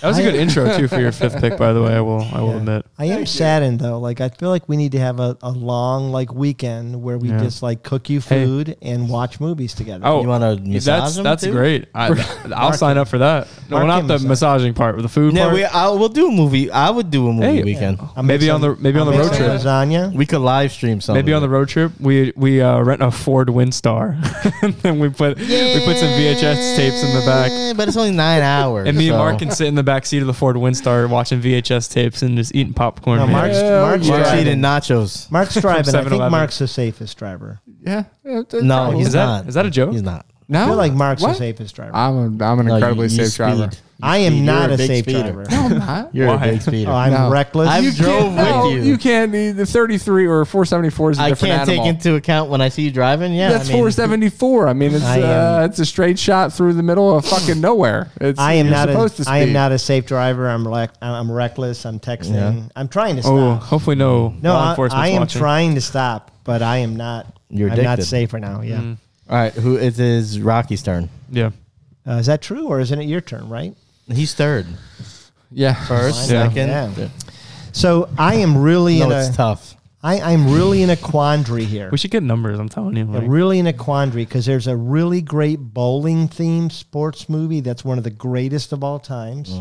[SPEAKER 1] That was a
[SPEAKER 2] <laughs>
[SPEAKER 1] good intro too for your fifth pick, by the way. I will. I will
[SPEAKER 2] Yeah.
[SPEAKER 1] admit.
[SPEAKER 2] I am saddened though. Like I feel like we need to have a, a long like weekend where we
[SPEAKER 1] Yeah.
[SPEAKER 2] just like cook you
[SPEAKER 1] Hey.
[SPEAKER 2] food and watch movies together.
[SPEAKER 1] Oh,
[SPEAKER 3] You want to
[SPEAKER 1] that's that's great. I,
[SPEAKER 2] <laughs>
[SPEAKER 1] I'll sign up for that. No,
[SPEAKER 2] Mark
[SPEAKER 1] not
[SPEAKER 2] him
[SPEAKER 1] the
[SPEAKER 2] massage.
[SPEAKER 1] massaging part, but the food
[SPEAKER 3] Yeah,
[SPEAKER 1] part.
[SPEAKER 3] we I, we'll do a movie. I would do a movie
[SPEAKER 1] Hey.
[SPEAKER 3] weekend.
[SPEAKER 2] I'll make
[SPEAKER 1] maybe on
[SPEAKER 2] some-
[SPEAKER 1] the maybe on
[SPEAKER 2] I'll
[SPEAKER 1] the
[SPEAKER 2] make
[SPEAKER 1] road
[SPEAKER 2] some
[SPEAKER 1] trip.
[SPEAKER 2] lasagna.
[SPEAKER 3] We could live stream something.
[SPEAKER 1] Maybe on the road trip we we uh, rent a Ford Windstar, <laughs> and then we put we put some VHS tapes in the back,
[SPEAKER 3] but it's only nine hours.
[SPEAKER 1] and me and
[SPEAKER 3] so-
[SPEAKER 1] Mark can sit in the back seat of the Ford Windstar watching VHS tapes and just eating popcorn.
[SPEAKER 2] No,
[SPEAKER 1] man.
[SPEAKER 2] Mark's, Mark's,
[SPEAKER 3] Mark's
[SPEAKER 2] driving.
[SPEAKER 3] eating
[SPEAKER 2] <laughs>
[SPEAKER 3] nachos.
[SPEAKER 2] Mark's driving. I think
[SPEAKER 1] 7-Eleven.
[SPEAKER 2] Mark's the safest driver.
[SPEAKER 4] Yeah.
[SPEAKER 3] No, he's
[SPEAKER 1] Is that-
[SPEAKER 3] not.
[SPEAKER 1] is that a joke?
[SPEAKER 3] He's not.
[SPEAKER 4] No.
[SPEAKER 2] I feel like Mark's
[SPEAKER 4] What? Ah,
[SPEAKER 2] the safest driver.
[SPEAKER 4] I'm, a, I'm an
[SPEAKER 3] No, you-
[SPEAKER 4] incredibly
[SPEAKER 3] you
[SPEAKER 4] safe
[SPEAKER 3] speed.
[SPEAKER 4] driver.
[SPEAKER 3] You
[SPEAKER 2] I
[SPEAKER 3] speed.
[SPEAKER 2] am not
[SPEAKER 3] You're
[SPEAKER 2] a,
[SPEAKER 3] big
[SPEAKER 2] safe
[SPEAKER 3] speeder.
[SPEAKER 2] driver.
[SPEAKER 4] No, I'm not.
[SPEAKER 3] You're
[SPEAKER 1] Why?
[SPEAKER 3] a big
[SPEAKER 1] <laughs>
[SPEAKER 3] speeder.
[SPEAKER 2] Oh, I'm
[SPEAKER 4] No.
[SPEAKER 2] reckless.
[SPEAKER 3] I've- drove with
[SPEAKER 4] no,
[SPEAKER 3] you.
[SPEAKER 4] You can't. The the 33 or 474 is a
[SPEAKER 3] I
[SPEAKER 4] different
[SPEAKER 3] can't
[SPEAKER 4] animal.
[SPEAKER 3] take into account when I see you driving. Yeah,
[SPEAKER 4] That's
[SPEAKER 3] I mean,
[SPEAKER 4] 474. I mean, it's
[SPEAKER 2] I am-
[SPEAKER 4] uh, it's a straight shot through the middle of fucking nowhere. It's,
[SPEAKER 2] I am
[SPEAKER 4] you're
[SPEAKER 2] not
[SPEAKER 4] supposed
[SPEAKER 2] a
[SPEAKER 4] to
[SPEAKER 2] I am
[SPEAKER 4] speed.
[SPEAKER 2] not a safe driver. I'm rec- I'm reckless. I'm texting.
[SPEAKER 3] Yeah.
[SPEAKER 2] I'm trying to stop.
[SPEAKER 1] Oh, hopefully no,
[SPEAKER 2] no,
[SPEAKER 1] law
[SPEAKER 2] I,
[SPEAKER 1] enforcement.
[SPEAKER 2] I am
[SPEAKER 1] watching.
[SPEAKER 2] trying to stop, but I am not.
[SPEAKER 3] You're
[SPEAKER 2] I'm not
[SPEAKER 3] addicted.
[SPEAKER 2] safer now. Yeah.
[SPEAKER 1] Mm.
[SPEAKER 3] All right, who it is Rocky's turn.
[SPEAKER 1] Yeah.
[SPEAKER 2] Uh, is that true, or isn't it your turn? Right.
[SPEAKER 3] He's third,
[SPEAKER 4] Yeah.
[SPEAKER 3] first,
[SPEAKER 1] Yeah.
[SPEAKER 3] second.
[SPEAKER 2] Yeah. So I am really
[SPEAKER 3] No,
[SPEAKER 2] in
[SPEAKER 3] it's
[SPEAKER 2] a
[SPEAKER 3] tough.
[SPEAKER 2] I, I'm really in a quandary here.
[SPEAKER 1] We should get numbers. I'm telling you.
[SPEAKER 2] I'm
[SPEAKER 1] Like,
[SPEAKER 2] really in a quandary because there's a really great bowling themed sports movie that's one of the greatest of all times.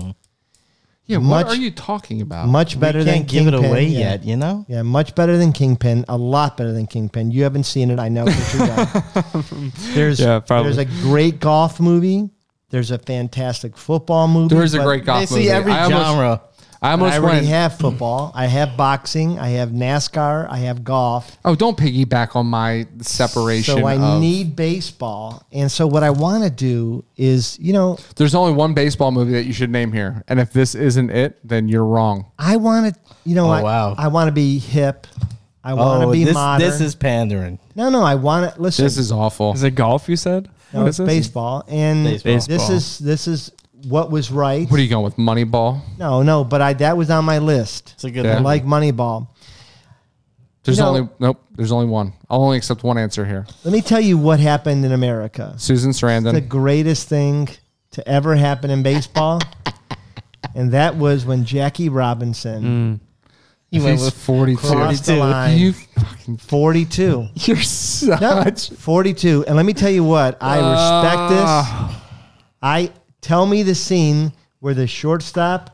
[SPEAKER 4] Yeah.
[SPEAKER 2] Much-
[SPEAKER 4] what are you talking about?
[SPEAKER 2] Much better
[SPEAKER 3] Mm. we
[SPEAKER 2] than
[SPEAKER 3] can't give
[SPEAKER 2] Kingpin.
[SPEAKER 3] it away
[SPEAKER 2] yeah.
[SPEAKER 3] yet. You know,
[SPEAKER 2] Yeah, much better than Kingpin. A lot better than Kingpin. You haven't seen it, I know. 'cause you're
[SPEAKER 3] <laughs>
[SPEAKER 2] young. there's
[SPEAKER 1] Yeah, probably.
[SPEAKER 2] there's a great golf movie. There's a fantastic football movie.
[SPEAKER 4] There is a
[SPEAKER 2] but
[SPEAKER 4] great golf
[SPEAKER 3] they see
[SPEAKER 4] movie.
[SPEAKER 3] every
[SPEAKER 4] I almost-
[SPEAKER 3] genre.
[SPEAKER 4] I
[SPEAKER 2] And
[SPEAKER 4] almost
[SPEAKER 2] I already
[SPEAKER 4] went.
[SPEAKER 2] have football. I have boxing. I have NASCAR. I have golf.
[SPEAKER 4] oh, don't piggyback on my separation.
[SPEAKER 2] So I
[SPEAKER 4] of-
[SPEAKER 2] need baseball. And so what I want to do is, you know,
[SPEAKER 4] There's only one baseball movie that you should name here, and if this isn't it, then you're wrong.
[SPEAKER 2] I want to, you know,
[SPEAKER 3] Oh,
[SPEAKER 2] I,
[SPEAKER 3] wow.
[SPEAKER 2] I want to be hip. I want to
[SPEAKER 3] Oh,
[SPEAKER 2] be
[SPEAKER 3] this,
[SPEAKER 2] modern.
[SPEAKER 3] this is pandering.
[SPEAKER 2] no, no. I want to listen.
[SPEAKER 4] This is awful.
[SPEAKER 1] Is it golf? You said
[SPEAKER 2] no, it's baseball, and
[SPEAKER 3] Baseball.
[SPEAKER 2] this
[SPEAKER 1] Baseball.
[SPEAKER 2] is this is what was right.
[SPEAKER 4] What are you going with? Moneyball.
[SPEAKER 2] no, no, but I that was on my list.
[SPEAKER 3] It's a good
[SPEAKER 4] Yeah.
[SPEAKER 2] I
[SPEAKER 3] one.
[SPEAKER 2] like Moneyball.
[SPEAKER 4] There's
[SPEAKER 2] No.
[SPEAKER 4] only nope. There's only one. I'll only accept one answer here.
[SPEAKER 2] Let me tell you what happened in America.
[SPEAKER 4] Susan Sarandon.
[SPEAKER 2] the greatest thing to ever happen in baseball, and that was when Jackie Robinson
[SPEAKER 3] He went
[SPEAKER 4] He's
[SPEAKER 3] with
[SPEAKER 4] 42.
[SPEAKER 2] crossed the
[SPEAKER 3] 42.
[SPEAKER 2] line.
[SPEAKER 4] You fucking.
[SPEAKER 2] 42.
[SPEAKER 4] You're such. <laughs>
[SPEAKER 2] No, 42. And let me tell you what, I respect this.
[SPEAKER 4] Ah.
[SPEAKER 2] I tell me the scene where the shortstop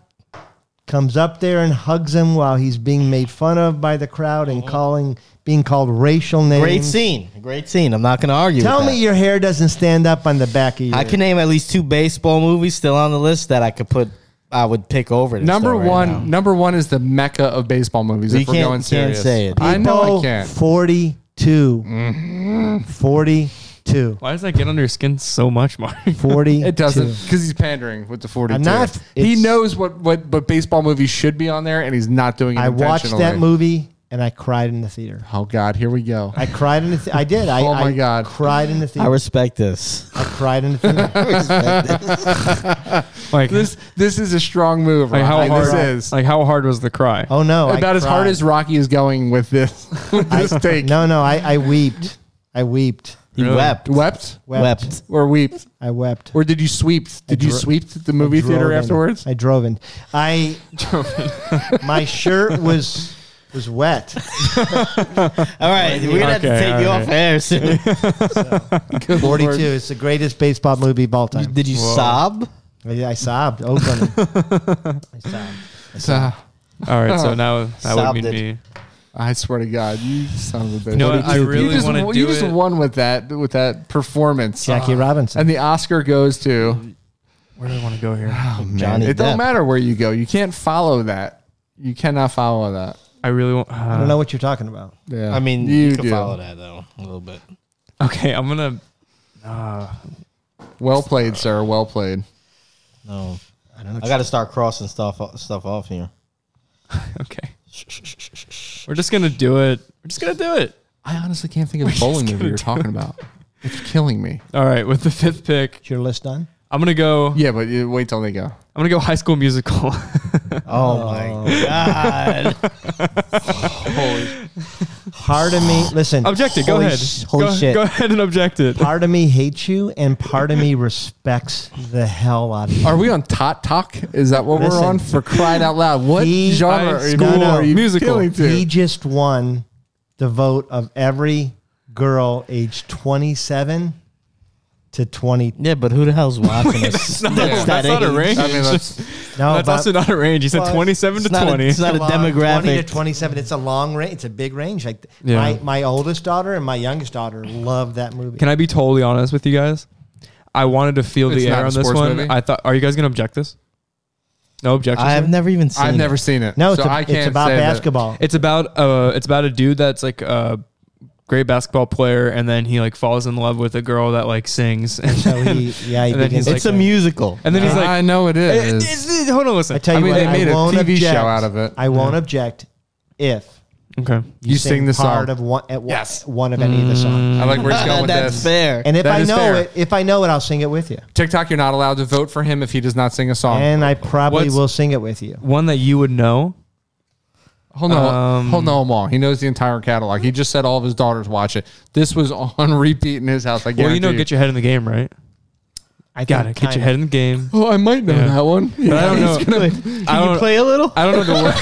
[SPEAKER 2] comes up there and hugs him while he's being made fun of by the crowd
[SPEAKER 4] Oh.
[SPEAKER 2] and calling being called racial names.
[SPEAKER 3] great scene. Great scene. I'm not going to argue.
[SPEAKER 2] Tell
[SPEAKER 3] with
[SPEAKER 2] me
[SPEAKER 3] that.
[SPEAKER 2] your hair doesn't stand up on the back of your
[SPEAKER 3] I can name at least two baseball movies still on the list that I could put. I would pick over. this
[SPEAKER 4] Number
[SPEAKER 3] though right
[SPEAKER 4] one.
[SPEAKER 3] now.
[SPEAKER 4] Number one is the mecca of baseball movies.
[SPEAKER 3] We
[SPEAKER 4] if we're
[SPEAKER 3] can't-
[SPEAKER 4] going
[SPEAKER 3] can't
[SPEAKER 4] serious,
[SPEAKER 3] say it.
[SPEAKER 4] I know I
[SPEAKER 2] People,
[SPEAKER 1] <laughs>
[SPEAKER 4] can't. Mm-hmm.
[SPEAKER 2] 42. 42.
[SPEAKER 1] Why does that get under your skin so much, Mark? <laughs>
[SPEAKER 2] 40.
[SPEAKER 4] It doesn't because he's pandering with the 42.
[SPEAKER 2] I'm not-
[SPEAKER 4] he
[SPEAKER 2] it's-
[SPEAKER 4] knows what what but baseball movies should be on there, and he's not doing it.
[SPEAKER 2] I watched that
[SPEAKER 4] intentionally.
[SPEAKER 2] movie and I cried in the theater.
[SPEAKER 4] Oh God, here we go.
[SPEAKER 2] I cried in the. Th- I did. I,
[SPEAKER 4] Oh my
[SPEAKER 2] I
[SPEAKER 4] God.
[SPEAKER 2] cried in the
[SPEAKER 3] I
[SPEAKER 2] theater. I,
[SPEAKER 3] respect this.
[SPEAKER 2] cried in the theater.
[SPEAKER 1] Like,
[SPEAKER 4] <laughs> This this is a strong move.
[SPEAKER 1] like how
[SPEAKER 4] Rocky.
[SPEAKER 1] hard?
[SPEAKER 4] this is
[SPEAKER 1] Like how hard was the cry?
[SPEAKER 2] Oh no! I
[SPEAKER 4] <laughs> about as hard
[SPEAKER 2] cried.
[SPEAKER 4] as Rocky is going with this <laughs> with this take.
[SPEAKER 2] No, no. I, I weeped. I weeped.
[SPEAKER 3] He
[SPEAKER 1] Really?
[SPEAKER 3] wept.
[SPEAKER 4] Wept
[SPEAKER 2] Wept.
[SPEAKER 3] Wept.
[SPEAKER 4] or weeped
[SPEAKER 2] I wept.
[SPEAKER 4] or did you sweep? Did you
[SPEAKER 2] dro-
[SPEAKER 4] sweep to the movie theater
[SPEAKER 2] Drove in.
[SPEAKER 4] afterwards?
[SPEAKER 2] I drove in. I <laughs> my shirt was was
[SPEAKER 4] <laughs>
[SPEAKER 2] wet.
[SPEAKER 3] All right, we're gonna have to
[SPEAKER 1] Okay,
[SPEAKER 3] take you
[SPEAKER 1] all
[SPEAKER 3] off air soon.
[SPEAKER 2] <laughs> Forty two. It's the greatest baseball movie of all time.
[SPEAKER 3] Did you sob?
[SPEAKER 2] I, I sobbed
[SPEAKER 4] <laughs>
[SPEAKER 2] openly. I sobbed.
[SPEAKER 4] So,
[SPEAKER 1] All right, so now that would
[SPEAKER 3] Sobbed
[SPEAKER 1] mean
[SPEAKER 3] it.
[SPEAKER 1] me.
[SPEAKER 4] Ah, I swear to God, you son of a bitch.
[SPEAKER 1] know what, I
[SPEAKER 4] You
[SPEAKER 1] really
[SPEAKER 4] just-
[SPEAKER 1] wanna
[SPEAKER 4] You
[SPEAKER 1] do
[SPEAKER 4] just
[SPEAKER 1] it.
[SPEAKER 4] won with that with that performance, Uh,
[SPEAKER 2] Jackie Robinson.
[SPEAKER 4] Ah. and the Oscar goes to.
[SPEAKER 1] Where do I want to go here?
[SPEAKER 3] Johnny
[SPEAKER 4] Oh, It
[SPEAKER 3] Depp.
[SPEAKER 4] don't matter where you go. You can't follow that. You cannot follow that.
[SPEAKER 1] I really want. Uh,
[SPEAKER 2] I don't know what you're talking about.
[SPEAKER 4] Yeah.
[SPEAKER 3] I mean, you,
[SPEAKER 4] you,
[SPEAKER 3] can
[SPEAKER 4] do.
[SPEAKER 3] follow that though a little bit.
[SPEAKER 1] uh, Okay, I'm gonna. uh,
[SPEAKER 4] Well played, sir. Well played.
[SPEAKER 3] No,
[SPEAKER 2] I don't know.
[SPEAKER 3] I got to start crossing stuff o- stuff off here.
[SPEAKER 1] Okay, we're just gonna do it. We're just gonna do it.
[SPEAKER 4] I honestly can't think of the bowling movie you're talking about. <laughs> It's killing me.
[SPEAKER 1] All right, with the fifth pick,
[SPEAKER 2] Is your list done?
[SPEAKER 1] I'm gonna go.
[SPEAKER 4] Yeah, but you wait till they go.
[SPEAKER 1] I'm gonna go High School Musical. <laughs>
[SPEAKER 3] Oh, my god!
[SPEAKER 2] Part of
[SPEAKER 4] <sighs>
[SPEAKER 2] me, listen.
[SPEAKER 1] object it. Go
[SPEAKER 3] Holy
[SPEAKER 1] ahead.
[SPEAKER 3] sh- holy
[SPEAKER 1] go,
[SPEAKER 3] shit.
[SPEAKER 1] Go ahead and object it.
[SPEAKER 2] Part of me hates you, and part of me <laughs> respects the hell out of you.
[SPEAKER 4] Are we on Tot Talk? Is that what
[SPEAKER 2] Listen.
[SPEAKER 4] we're on? For crying out loud, what
[SPEAKER 2] He-
[SPEAKER 4] genre
[SPEAKER 1] High
[SPEAKER 4] or
[SPEAKER 1] school
[SPEAKER 4] school are you
[SPEAKER 1] musical.
[SPEAKER 4] appealing to?
[SPEAKER 2] He just won the vote of every girl aged 27 to 20.
[SPEAKER 3] <laughs> yeah, but who the
[SPEAKER 4] <laughs>
[SPEAKER 3] hell's watching this?
[SPEAKER 4] that's
[SPEAKER 1] That's not a
[SPEAKER 3] age.
[SPEAKER 1] range.
[SPEAKER 4] I mean, that's,
[SPEAKER 2] No,
[SPEAKER 1] That's
[SPEAKER 2] but
[SPEAKER 1] also not a range. He said
[SPEAKER 2] Well,
[SPEAKER 1] 27 to
[SPEAKER 3] It's not, a,
[SPEAKER 1] 20.
[SPEAKER 3] it's not a
[SPEAKER 2] long- 20 to
[SPEAKER 3] demographic.
[SPEAKER 2] 27. It's a long range. It's a big range. Like
[SPEAKER 1] Yeah.
[SPEAKER 2] my, my oldest daughter and my youngest daughter love that movie.
[SPEAKER 1] Can I be totally honest with you guys? I wanted to feel
[SPEAKER 4] It's
[SPEAKER 1] the
[SPEAKER 4] not
[SPEAKER 1] air
[SPEAKER 4] a
[SPEAKER 1] on this
[SPEAKER 4] sports
[SPEAKER 1] one.
[SPEAKER 4] movie?
[SPEAKER 1] I thought, are you guys gonna object this? No objection.
[SPEAKER 3] I've never even seen.
[SPEAKER 4] I've
[SPEAKER 3] it.
[SPEAKER 4] never seen it.
[SPEAKER 2] no,
[SPEAKER 4] so
[SPEAKER 2] it's, a-
[SPEAKER 4] I
[SPEAKER 2] it's
[SPEAKER 4] can't
[SPEAKER 2] about
[SPEAKER 4] say that.
[SPEAKER 2] basketball.
[SPEAKER 1] It's about uh, it's about a dude that's like a great basketball player, and then he like falls in love with a girl that like sings, <laughs> and
[SPEAKER 2] so he, yeah, he
[SPEAKER 1] and then
[SPEAKER 2] begins
[SPEAKER 1] he's
[SPEAKER 2] to
[SPEAKER 1] like-
[SPEAKER 3] It's a musical.
[SPEAKER 1] and then he's like,
[SPEAKER 4] I know it
[SPEAKER 1] "Eh,
[SPEAKER 4] is.
[SPEAKER 1] eh, eh, hold on, listen.
[SPEAKER 2] I tell you
[SPEAKER 4] I mean,
[SPEAKER 2] what,
[SPEAKER 4] they made
[SPEAKER 2] I
[SPEAKER 4] a
[SPEAKER 2] won't
[SPEAKER 4] TV show
[SPEAKER 2] object.
[SPEAKER 4] out of it.
[SPEAKER 2] I won't object if
[SPEAKER 1] okay,
[SPEAKER 4] you sing the
[SPEAKER 2] part
[SPEAKER 4] song.
[SPEAKER 2] of one at one,
[SPEAKER 4] Yes.
[SPEAKER 2] one of any of the songs.
[SPEAKER 4] I like where he's
[SPEAKER 3] <laughs>
[SPEAKER 4] going with
[SPEAKER 3] That's
[SPEAKER 4] this.
[SPEAKER 3] fair.
[SPEAKER 2] And if
[SPEAKER 4] That
[SPEAKER 2] I
[SPEAKER 4] is
[SPEAKER 2] know
[SPEAKER 4] fair.
[SPEAKER 2] it, if I know it, I'll sing it with you.
[SPEAKER 4] TikTok, you're not allowed to vote for him if he does not sing a song.
[SPEAKER 2] And I probably
[SPEAKER 1] What's-
[SPEAKER 2] will sing it with you.
[SPEAKER 1] one that you would know.
[SPEAKER 4] Hold on,
[SPEAKER 1] Um,
[SPEAKER 4] hold on, Amal. He knows the entire catalog. He just said all of his daughters watch it. This was on <laughs> repeat in his house. I guarantee
[SPEAKER 1] Well, you know, get your head in the game, right?
[SPEAKER 2] I
[SPEAKER 1] Got it. Get your head in the game.
[SPEAKER 4] Oh, I might know
[SPEAKER 1] Yeah.
[SPEAKER 4] that one.
[SPEAKER 1] But
[SPEAKER 2] <laughs>
[SPEAKER 1] I don't know. I
[SPEAKER 3] Can you
[SPEAKER 1] don't.
[SPEAKER 3] play a little?
[SPEAKER 1] I don't know the word.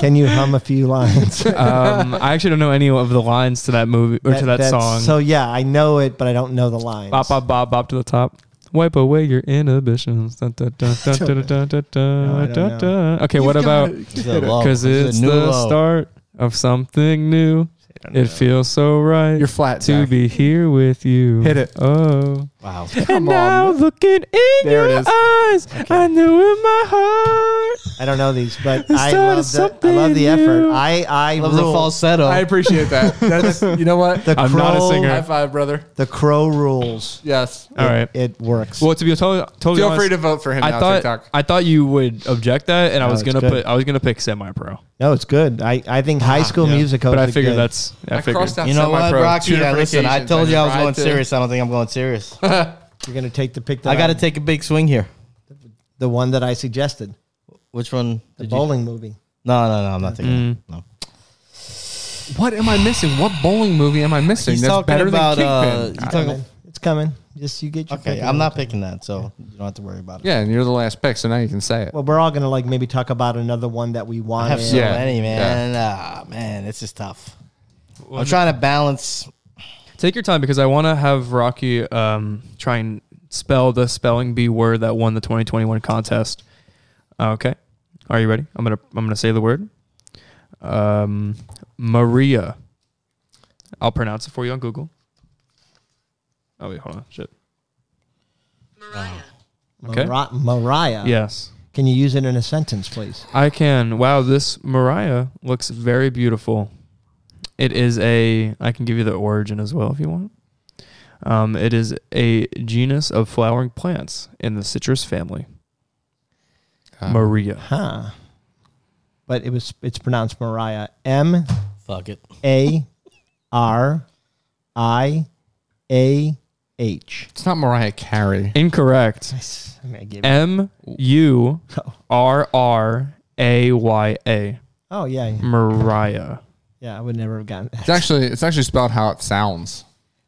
[SPEAKER 2] Can you hum a few lines to
[SPEAKER 1] Um, I actually don't know any of the lines to that movie or to that song.
[SPEAKER 2] So yeah, I know it, but I don't know the lines.
[SPEAKER 1] Bop, bop, bop, bop to the top. Wipe away your inhibitions. Dun, dun, dun, dun, dun, dun, dun,
[SPEAKER 2] I
[SPEAKER 1] dun,
[SPEAKER 2] don't
[SPEAKER 1] dun,
[SPEAKER 2] know.
[SPEAKER 4] <laughs>
[SPEAKER 1] dun. Okay, what about?
[SPEAKER 3] It's a low.
[SPEAKER 1] Because
[SPEAKER 3] a
[SPEAKER 1] it's
[SPEAKER 3] new
[SPEAKER 1] the
[SPEAKER 3] low.
[SPEAKER 1] start of something new. It feels so right
[SPEAKER 4] You're flat,
[SPEAKER 1] to
[SPEAKER 4] Zach.
[SPEAKER 1] be here with you.
[SPEAKER 4] Hit it.
[SPEAKER 1] Oh.
[SPEAKER 4] <laughs>
[SPEAKER 3] Wow.
[SPEAKER 1] and
[SPEAKER 4] Come on.
[SPEAKER 1] now looking in
[SPEAKER 4] There it
[SPEAKER 1] your
[SPEAKER 4] is.
[SPEAKER 1] eyes, I knew in my heart.
[SPEAKER 2] I don't know these, but
[SPEAKER 1] I
[SPEAKER 2] I
[SPEAKER 1] started
[SPEAKER 2] love the, I
[SPEAKER 1] something
[SPEAKER 2] love the effort.
[SPEAKER 1] new.
[SPEAKER 2] I I
[SPEAKER 3] Love the
[SPEAKER 2] rule.
[SPEAKER 3] falsetto.
[SPEAKER 4] I appreciate that. That's you know what.
[SPEAKER 2] The
[SPEAKER 1] I'm
[SPEAKER 2] crow,
[SPEAKER 1] not a <laughs> singer.
[SPEAKER 4] High five, brother.
[SPEAKER 2] The crow rules.
[SPEAKER 4] Yes.
[SPEAKER 1] All right.
[SPEAKER 2] It works.
[SPEAKER 1] Well, to be totally, totally
[SPEAKER 4] Feel
[SPEAKER 1] honest,
[SPEAKER 4] free to vote for him
[SPEAKER 1] I
[SPEAKER 4] now.
[SPEAKER 1] thought
[SPEAKER 4] TikTok.
[SPEAKER 1] I thought you would object that, and I
[SPEAKER 2] No,
[SPEAKER 1] was
[SPEAKER 2] it's
[SPEAKER 1] gonna
[SPEAKER 2] good.
[SPEAKER 1] put I was gonna pick semi-pro,
[SPEAKER 2] no, it's good. I, I think High School Musical.
[SPEAKER 1] Ah, but
[SPEAKER 2] is
[SPEAKER 1] I
[SPEAKER 2] a
[SPEAKER 1] figured
[SPEAKER 2] good-
[SPEAKER 1] that's I,
[SPEAKER 4] I
[SPEAKER 1] figured.
[SPEAKER 4] crossed out
[SPEAKER 3] You know what,
[SPEAKER 4] semi-pro, two
[SPEAKER 3] Rocky? Yeah,
[SPEAKER 4] different
[SPEAKER 3] listen, I
[SPEAKER 4] occasions,
[SPEAKER 3] told you I was
[SPEAKER 4] tried
[SPEAKER 3] going
[SPEAKER 4] to-
[SPEAKER 3] serious. I don't think I'm
[SPEAKER 4] <laughs>
[SPEAKER 3] going serious.
[SPEAKER 2] you're gonna take the pick. That
[SPEAKER 3] I got to take a big swing here.
[SPEAKER 2] the one that I suggested,
[SPEAKER 3] Which one?
[SPEAKER 2] the
[SPEAKER 3] Did you?
[SPEAKER 2] bowling movie.
[SPEAKER 3] No, no, no. I'm not
[SPEAKER 1] Mm.
[SPEAKER 4] Mm.
[SPEAKER 3] taking. that. No.
[SPEAKER 4] What am I missing? What bowling movie am I missing?
[SPEAKER 3] He's
[SPEAKER 4] That's
[SPEAKER 3] talking
[SPEAKER 4] better
[SPEAKER 3] about. Uh,
[SPEAKER 4] than
[SPEAKER 3] he's
[SPEAKER 4] Kingpin.
[SPEAKER 3] talking,
[SPEAKER 2] It's coming. Just you get your.
[SPEAKER 3] okay,
[SPEAKER 2] pick.
[SPEAKER 3] I'm not picking that, so you don't have to worry about it.
[SPEAKER 4] yeah, and you're the last pick, so now you can say it.
[SPEAKER 2] Well, we're all gonna like maybe talk about another one that we
[SPEAKER 3] I
[SPEAKER 2] want.
[SPEAKER 3] have so
[SPEAKER 4] Yeah.
[SPEAKER 3] many, man. Ah, man, this is tough.
[SPEAKER 1] Well,
[SPEAKER 3] I'm trying to balance.
[SPEAKER 1] Take your time because I want to have Rocky um, try and spell the spelling bee word that won the 2021 contest. Uh, Okay, are you ready? I'm gonna I'm gonna say the word. Um, Maria. I'll pronounce it for you on Google. Oh wait, hold on. Shit. Okay.
[SPEAKER 2] Mari- Mariah.
[SPEAKER 1] Yes.
[SPEAKER 2] Can you use it in a sentence, please?
[SPEAKER 1] I can. Wow, this Mariah looks very beautiful. It is a. I can give you the origin as well if you want. Um, it is a genus of flowering plants in the citrus family.
[SPEAKER 2] Ah.
[SPEAKER 1] Maria.
[SPEAKER 2] Huh. But it was it's pronounced Mariah. M
[SPEAKER 3] Fuck it.
[SPEAKER 2] A R I A H.
[SPEAKER 4] It's not Mariah Carey.
[SPEAKER 1] Incorrect.
[SPEAKER 2] I mean, I gave it-
[SPEAKER 1] M
[SPEAKER 2] <laughs>
[SPEAKER 1] U R R A Y A.
[SPEAKER 2] Oh yeah, yeah.
[SPEAKER 1] Mariah.
[SPEAKER 2] yeah. I would never have gotten
[SPEAKER 4] It's actually it's actually spelled how it sounds.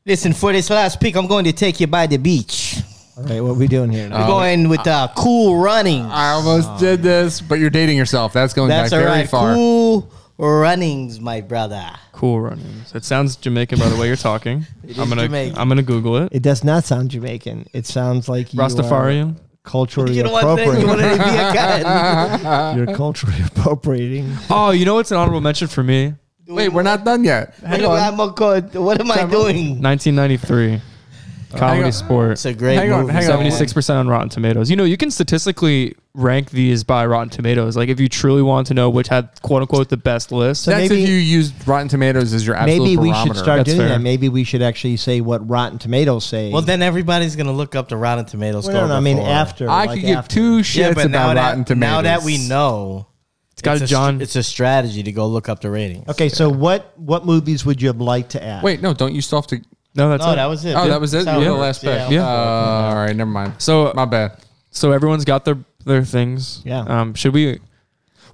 [SPEAKER 3] Listen, for this last pick, I'm going to take you by the beach.
[SPEAKER 2] All right, what are we doing here?
[SPEAKER 3] We're going with uh, cool running.
[SPEAKER 4] Oh. I almost did this, but you're dating yourself. That's going
[SPEAKER 3] That's
[SPEAKER 4] back
[SPEAKER 3] all
[SPEAKER 4] very
[SPEAKER 3] right.
[SPEAKER 4] far.
[SPEAKER 3] Cool runnings, my brother.
[SPEAKER 1] Cool runnings. It sounds Jamaican by the
[SPEAKER 2] <laughs>
[SPEAKER 1] way you're talking. I'm
[SPEAKER 3] is
[SPEAKER 1] gonna
[SPEAKER 3] Jamaican.
[SPEAKER 1] I'm gonna Google it.
[SPEAKER 2] It does not sound Jamaican. It sounds like you are
[SPEAKER 1] Rastafarian.
[SPEAKER 2] culturally
[SPEAKER 3] You don't want to, <laughs> you want
[SPEAKER 2] appropriating.
[SPEAKER 3] to be a cat.
[SPEAKER 2] You're culturally <laughs> appropriating.
[SPEAKER 1] Oh, you know what's an honorable mention for me?
[SPEAKER 4] Wait, we're not done yet. Hang on.
[SPEAKER 3] I'm a god. What am I doing?
[SPEAKER 1] 1993. Comedy
[SPEAKER 4] on.
[SPEAKER 1] sport.
[SPEAKER 3] It's a great
[SPEAKER 4] Hang on,
[SPEAKER 3] movie.
[SPEAKER 4] hang on.
[SPEAKER 1] 76% on Rotten Tomatoes. You know, you can statistically rank these by Rotten Tomatoes. Like, if you truly want to know which had, quote unquote, the best list.
[SPEAKER 2] So
[SPEAKER 4] That's
[SPEAKER 2] maybe-
[SPEAKER 4] if you used Rotten Tomatoes as your absolute
[SPEAKER 2] Maybe we
[SPEAKER 4] barometer.
[SPEAKER 2] should start
[SPEAKER 1] That's
[SPEAKER 2] doing
[SPEAKER 1] fair.
[SPEAKER 2] that. Maybe we should actually say what Rotten Tomatoes say.
[SPEAKER 3] Well, then everybody's gonna look up the Rotten Tomatoes
[SPEAKER 2] Well,
[SPEAKER 3] score.
[SPEAKER 2] no, no, I mean
[SPEAKER 3] before.
[SPEAKER 2] after.
[SPEAKER 4] I
[SPEAKER 2] like
[SPEAKER 4] could give
[SPEAKER 2] after.
[SPEAKER 4] two shits
[SPEAKER 3] Yeah, but now
[SPEAKER 4] about Rotten
[SPEAKER 3] that
[SPEAKER 4] Tomatoes.
[SPEAKER 3] now that we know,
[SPEAKER 1] it's got
[SPEAKER 3] a,
[SPEAKER 1] John.
[SPEAKER 3] str- It's a strategy to go look up the ratings.
[SPEAKER 2] Okay, so what what movies would you have liked to add?
[SPEAKER 4] Wait, no, don't you still have to?
[SPEAKER 1] no, that's
[SPEAKER 3] Oh,
[SPEAKER 1] it.
[SPEAKER 3] that was it.
[SPEAKER 4] Oh, that was it.
[SPEAKER 3] That's
[SPEAKER 4] Yeah,
[SPEAKER 3] how
[SPEAKER 4] last
[SPEAKER 3] works.
[SPEAKER 4] pick. Uh,
[SPEAKER 3] Yeah.
[SPEAKER 4] all right, never mind.
[SPEAKER 1] so,
[SPEAKER 4] My bad.
[SPEAKER 1] so everyone's got their, their things.
[SPEAKER 2] Yeah.
[SPEAKER 1] Um, should we?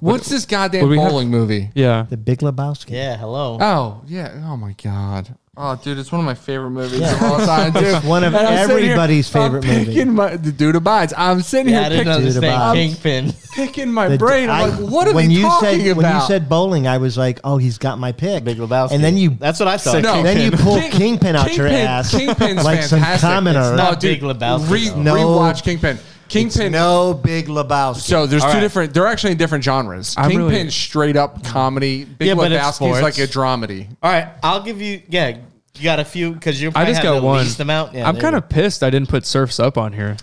[SPEAKER 4] What's this goddamn
[SPEAKER 1] what do we have?
[SPEAKER 4] bowling movie?
[SPEAKER 1] Yeah.
[SPEAKER 2] The Big Lebowski.
[SPEAKER 3] Yeah, hello.
[SPEAKER 4] Oh yeah. Oh my god. Oh dude, it's one of my favorite movies of all <laughs> time. Dude.
[SPEAKER 2] It's one of
[SPEAKER 4] And I'm sitting here-
[SPEAKER 2] everybody's favorite
[SPEAKER 4] I'm
[SPEAKER 2] movies.
[SPEAKER 4] picking my the dude abides. I'm sitting
[SPEAKER 3] yeah, I
[SPEAKER 4] here
[SPEAKER 3] didn't
[SPEAKER 4] pick,
[SPEAKER 3] know this
[SPEAKER 2] Dude,
[SPEAKER 3] thing.
[SPEAKER 2] about-
[SPEAKER 3] Kingpin.
[SPEAKER 4] picking my
[SPEAKER 2] The-
[SPEAKER 4] brain.
[SPEAKER 2] I-
[SPEAKER 4] I'm like, what are
[SPEAKER 2] when
[SPEAKER 4] we
[SPEAKER 2] you
[SPEAKER 4] talking
[SPEAKER 2] said,
[SPEAKER 4] about?
[SPEAKER 2] When you said bowling, I was like, oh, he's got my pick.
[SPEAKER 3] Big Lebowski.
[SPEAKER 2] And then you
[SPEAKER 3] That's what I thought.
[SPEAKER 4] No.
[SPEAKER 2] then you
[SPEAKER 4] Kingpin.
[SPEAKER 2] pull
[SPEAKER 4] King-
[SPEAKER 2] Kingpin out your
[SPEAKER 4] Kingpin-
[SPEAKER 2] ass
[SPEAKER 4] Kingpin's
[SPEAKER 2] like
[SPEAKER 4] fantastic.
[SPEAKER 2] some commoner.
[SPEAKER 4] It's
[SPEAKER 3] not
[SPEAKER 4] Oh, dude,
[SPEAKER 3] Big Lebowski,
[SPEAKER 4] re-
[SPEAKER 3] though.
[SPEAKER 2] No.
[SPEAKER 4] rewatch Kingpin. Kingpin.
[SPEAKER 2] no Big Lebowski.
[SPEAKER 4] So there's
[SPEAKER 3] All
[SPEAKER 4] two
[SPEAKER 3] right.
[SPEAKER 4] different. They're actually in different genres.
[SPEAKER 1] I'm
[SPEAKER 4] Kingpin,
[SPEAKER 1] really-
[SPEAKER 4] straight up comedy. Big
[SPEAKER 3] Yeah, but it's
[SPEAKER 4] Lebowski is
[SPEAKER 3] sports.
[SPEAKER 4] like a dramedy.
[SPEAKER 3] All right, I'll give you. Yeah, you got a few because you're.
[SPEAKER 1] I
[SPEAKER 3] probably
[SPEAKER 1] just
[SPEAKER 3] have
[SPEAKER 1] got
[SPEAKER 3] the
[SPEAKER 1] one.
[SPEAKER 3] Least amount. Yeah,
[SPEAKER 1] I'm
[SPEAKER 3] there you
[SPEAKER 1] kind of pissed I didn't put Surf's Up on here.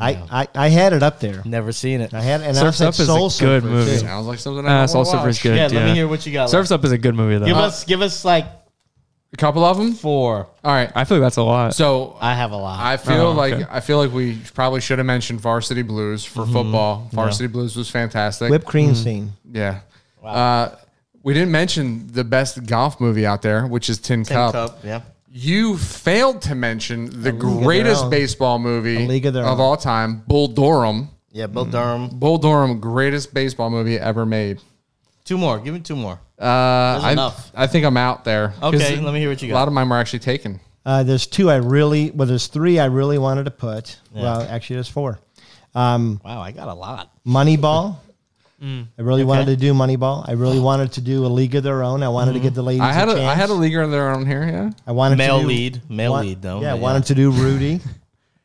[SPEAKER 2] I, I, I had it up there.
[SPEAKER 3] go. never seen it.
[SPEAKER 2] I had and
[SPEAKER 1] Surf's
[SPEAKER 2] I
[SPEAKER 1] Up is
[SPEAKER 2] said
[SPEAKER 1] a
[SPEAKER 2] Soul
[SPEAKER 1] good
[SPEAKER 2] Surfer,
[SPEAKER 1] movie.
[SPEAKER 2] too.
[SPEAKER 4] Sounds like something. I
[SPEAKER 1] Ah,
[SPEAKER 4] wanna
[SPEAKER 1] Soul Surfer's
[SPEAKER 4] watch.
[SPEAKER 1] good.
[SPEAKER 3] yeah,
[SPEAKER 1] Yeah,
[SPEAKER 3] let me hear what you got.
[SPEAKER 1] Surf's Up is a good movie, though.
[SPEAKER 3] Give us, give us like
[SPEAKER 4] A couple of them.
[SPEAKER 3] four.
[SPEAKER 4] All right.
[SPEAKER 1] I feel like that's a lot.
[SPEAKER 4] So
[SPEAKER 3] I have a lot.
[SPEAKER 4] I feel
[SPEAKER 1] Oh,
[SPEAKER 4] like
[SPEAKER 1] okay.
[SPEAKER 4] I feel like we probably should have mentioned Varsity Blues for
[SPEAKER 2] Mm-hmm.
[SPEAKER 4] football. Varsity Blues was fantastic.
[SPEAKER 2] Whipped cream scene.
[SPEAKER 4] Yeah. Uh, we didn't mention the best golf movie out there, which is Tin,
[SPEAKER 3] Tin
[SPEAKER 4] Cup.
[SPEAKER 3] Cup, yeah.
[SPEAKER 4] You failed to mention the
[SPEAKER 2] Their
[SPEAKER 4] greatest
[SPEAKER 2] Own.
[SPEAKER 4] baseball movie
[SPEAKER 2] A League of Their
[SPEAKER 4] of
[SPEAKER 2] Own.
[SPEAKER 4] all time, Bull Durham.
[SPEAKER 3] Yeah, Bill
[SPEAKER 1] Mm.
[SPEAKER 3] Durham.
[SPEAKER 4] Bull Durham, greatest baseball movie ever made.
[SPEAKER 3] Two more. Give me two more.
[SPEAKER 4] Uh, I,
[SPEAKER 3] enough.
[SPEAKER 4] I think I'm out there. 'Cause
[SPEAKER 3] Okay, let me hear what you
[SPEAKER 4] A lot
[SPEAKER 3] got.
[SPEAKER 4] of mine were actually taken.
[SPEAKER 2] Uh, there's two I really well. There's three I really wanted to put. Well, actually, there's four. Um,
[SPEAKER 3] Wow, I got a lot.
[SPEAKER 2] Moneyball. I really wanted to do Moneyball. I really wanted to do a League of Their Own. I wanted to get the ladies.
[SPEAKER 4] I had a,
[SPEAKER 2] a
[SPEAKER 4] I had a
[SPEAKER 2] chance.
[SPEAKER 4] leaguer of their own here. Yeah.
[SPEAKER 2] I wanted
[SPEAKER 3] Male
[SPEAKER 2] to do,
[SPEAKER 3] lead, male
[SPEAKER 2] wa-
[SPEAKER 3] lead, though.
[SPEAKER 2] Yeah, I
[SPEAKER 3] Yeah.
[SPEAKER 2] wanted to do Rudy.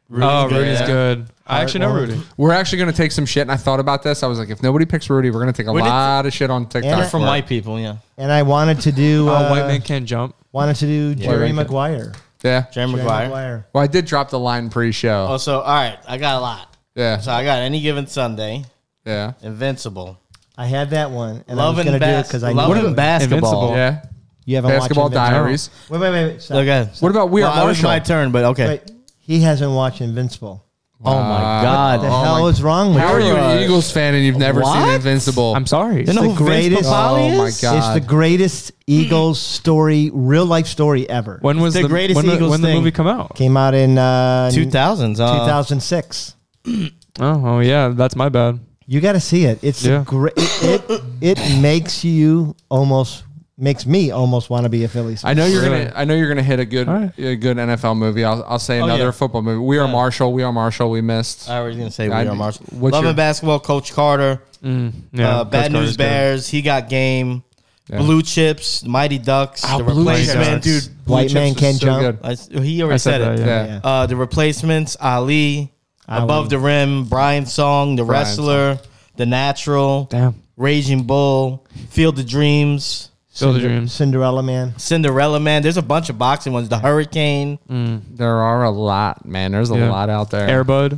[SPEAKER 1] Rudy's oh, Rudy's good. I actually know Rudy.
[SPEAKER 4] We're actually going to take some shit, and I thought about this. I was like, if nobody picks Rudy, we're going to take a
[SPEAKER 3] What did-
[SPEAKER 4] lot of shit on TikTok.
[SPEAKER 2] And I-
[SPEAKER 3] From
[SPEAKER 4] for it.
[SPEAKER 3] white people, yeah.
[SPEAKER 2] And I wanted to do
[SPEAKER 1] Oh,
[SPEAKER 2] uh,
[SPEAKER 1] white man can't jump.
[SPEAKER 2] wanted to do Jerry
[SPEAKER 4] White man.
[SPEAKER 2] Maguire.
[SPEAKER 4] Yeah.
[SPEAKER 3] Jerry
[SPEAKER 2] Jerry
[SPEAKER 3] Maguire.
[SPEAKER 4] Well, I did drop the line pre-show.
[SPEAKER 3] Also, Oh, all right, I got a lot.
[SPEAKER 4] yeah.
[SPEAKER 3] So I got any given Sunday,
[SPEAKER 4] Yeah.
[SPEAKER 3] Invincible,
[SPEAKER 2] I had that one, and
[SPEAKER 3] Love
[SPEAKER 2] I was going
[SPEAKER 3] and
[SPEAKER 2] to do it
[SPEAKER 3] Bas-
[SPEAKER 2] because I
[SPEAKER 3] Love
[SPEAKER 2] knew
[SPEAKER 3] and
[SPEAKER 2] it.
[SPEAKER 3] Basketball.
[SPEAKER 1] Invincible.
[SPEAKER 4] Yeah.
[SPEAKER 2] you haven't watched
[SPEAKER 4] Basketball
[SPEAKER 2] Invincible.
[SPEAKER 4] Diaries.
[SPEAKER 2] Wait, wait, wait. wait stop.
[SPEAKER 3] Okay.
[SPEAKER 4] What about We Are
[SPEAKER 3] Well, it was
[SPEAKER 4] Marshall?
[SPEAKER 3] my turn, but okay.
[SPEAKER 2] Wait, he hasn't watched Invincible.
[SPEAKER 3] Oh my God!
[SPEAKER 2] The hell is wrong with
[SPEAKER 4] How are you an Eagles fan and you've never seen
[SPEAKER 3] What?
[SPEAKER 4] Invincible?
[SPEAKER 1] I'm sorry.
[SPEAKER 3] You know
[SPEAKER 2] the
[SPEAKER 3] who
[SPEAKER 2] greatest-
[SPEAKER 3] Vince Papale
[SPEAKER 4] Oh my
[SPEAKER 3] is?
[SPEAKER 4] God.
[SPEAKER 2] It's the greatest Eagles story, real life story ever.
[SPEAKER 1] when was
[SPEAKER 3] the
[SPEAKER 1] the,
[SPEAKER 3] greatest
[SPEAKER 1] when, the-
[SPEAKER 3] Eagles
[SPEAKER 1] when the
[SPEAKER 3] thing.
[SPEAKER 1] movie come out?
[SPEAKER 2] Came out in uh,
[SPEAKER 3] 2000s. Uh,
[SPEAKER 2] 2006.
[SPEAKER 1] Oh, oh yeah, that's my bad.
[SPEAKER 2] You got to see it. It's
[SPEAKER 1] Yeah.
[SPEAKER 2] great. It, it it makes you almost makes me almost want to be a Phillies.
[SPEAKER 4] I know you're
[SPEAKER 1] Really?
[SPEAKER 4] gonna. I know you're gonna hit a good,
[SPEAKER 1] All right.
[SPEAKER 4] a good NFL movie. I'll, I'll say another
[SPEAKER 3] yeah.
[SPEAKER 4] football movie. We are Marshall. We are Marshall. We missed.
[SPEAKER 3] I was going to say We
[SPEAKER 4] I-
[SPEAKER 3] Are Marshall.
[SPEAKER 4] what's
[SPEAKER 3] Love
[SPEAKER 4] your-
[SPEAKER 3] and Basketball, Coach Carter.
[SPEAKER 1] Mm, yeah,
[SPEAKER 3] uh,
[SPEAKER 1] Coach
[SPEAKER 3] Bad
[SPEAKER 1] Carter's
[SPEAKER 3] News
[SPEAKER 1] good.
[SPEAKER 3] Bears. He got game. Blue Chips, Mighty Ducks,
[SPEAKER 4] Oh,
[SPEAKER 3] the
[SPEAKER 4] Blue
[SPEAKER 3] replacement,
[SPEAKER 4] Chips.
[SPEAKER 3] dude.
[SPEAKER 4] Blue
[SPEAKER 2] White
[SPEAKER 4] Chips
[SPEAKER 2] man
[SPEAKER 4] is
[SPEAKER 2] can't jump.
[SPEAKER 4] good.
[SPEAKER 3] I s- he already
[SPEAKER 1] I
[SPEAKER 3] said,
[SPEAKER 1] said that.
[SPEAKER 3] it.
[SPEAKER 1] Yeah.
[SPEAKER 4] Yeah.
[SPEAKER 2] Yeah.
[SPEAKER 3] Uh, the replacements, Ali,
[SPEAKER 2] Ali.
[SPEAKER 3] Above the Rim, Brian Song, The
[SPEAKER 4] Brian
[SPEAKER 3] Wrestler, The Natural,
[SPEAKER 1] Damn.
[SPEAKER 3] Raging Bull, Field of Dreams,
[SPEAKER 1] Field of
[SPEAKER 2] Cinder-
[SPEAKER 1] Dreams.
[SPEAKER 2] Cinderella Man.
[SPEAKER 3] Cinderella Man. There's a bunch of boxing ones. The Hurricane.
[SPEAKER 4] There are a lot, man. There's a
[SPEAKER 1] Yeah.
[SPEAKER 4] lot out there.
[SPEAKER 1] Airbud.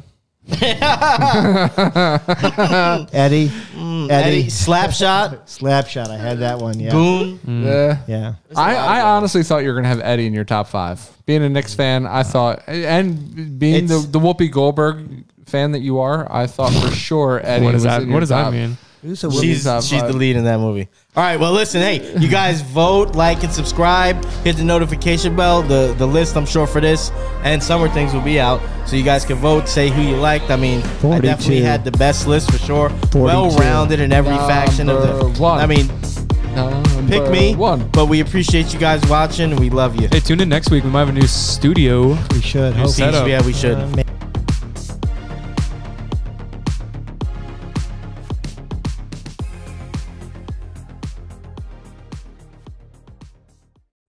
[SPEAKER 2] Eddie,
[SPEAKER 3] Eddie,
[SPEAKER 4] Mm,
[SPEAKER 2] Eddie,
[SPEAKER 3] Slapshot,
[SPEAKER 2] Slapshot. I had that one. <laughs> Yeah,
[SPEAKER 3] Boone.
[SPEAKER 4] Yeah.
[SPEAKER 2] yeah.
[SPEAKER 4] I, I honestly thought you were gonna have Eddie in your top five. Being a Knicks fan, I thought, and being the,
[SPEAKER 3] It's-
[SPEAKER 4] the Whoopi Goldberg fan that you are, I thought for sure Eddie.
[SPEAKER 1] What does
[SPEAKER 4] was
[SPEAKER 1] that?
[SPEAKER 4] in
[SPEAKER 1] What
[SPEAKER 4] your
[SPEAKER 1] does that
[SPEAKER 4] top.
[SPEAKER 1] mean?
[SPEAKER 2] Who's a
[SPEAKER 3] She's,
[SPEAKER 4] top
[SPEAKER 3] she's the
[SPEAKER 4] five.
[SPEAKER 3] lead in that movie. All right, well, listen, hey, you guys vote, like, and subscribe. Hit the notification bell. The the list, I'm sure, for this and summer things will be out. So you guys can vote, say who you liked. I mean, I
[SPEAKER 2] 42.
[SPEAKER 3] definitely had the best list for sure. Well rounded in every faction of the.
[SPEAKER 4] Number one.
[SPEAKER 3] I mean,
[SPEAKER 4] Number
[SPEAKER 3] pick me.
[SPEAKER 4] One.
[SPEAKER 3] But we appreciate you guys watching. We love you.
[SPEAKER 1] Hey, tune in next week. We might have a new studio.
[SPEAKER 2] We should.
[SPEAKER 1] New
[SPEAKER 2] hope.
[SPEAKER 1] setup.
[SPEAKER 3] Yeah, we should.
[SPEAKER 2] Uh,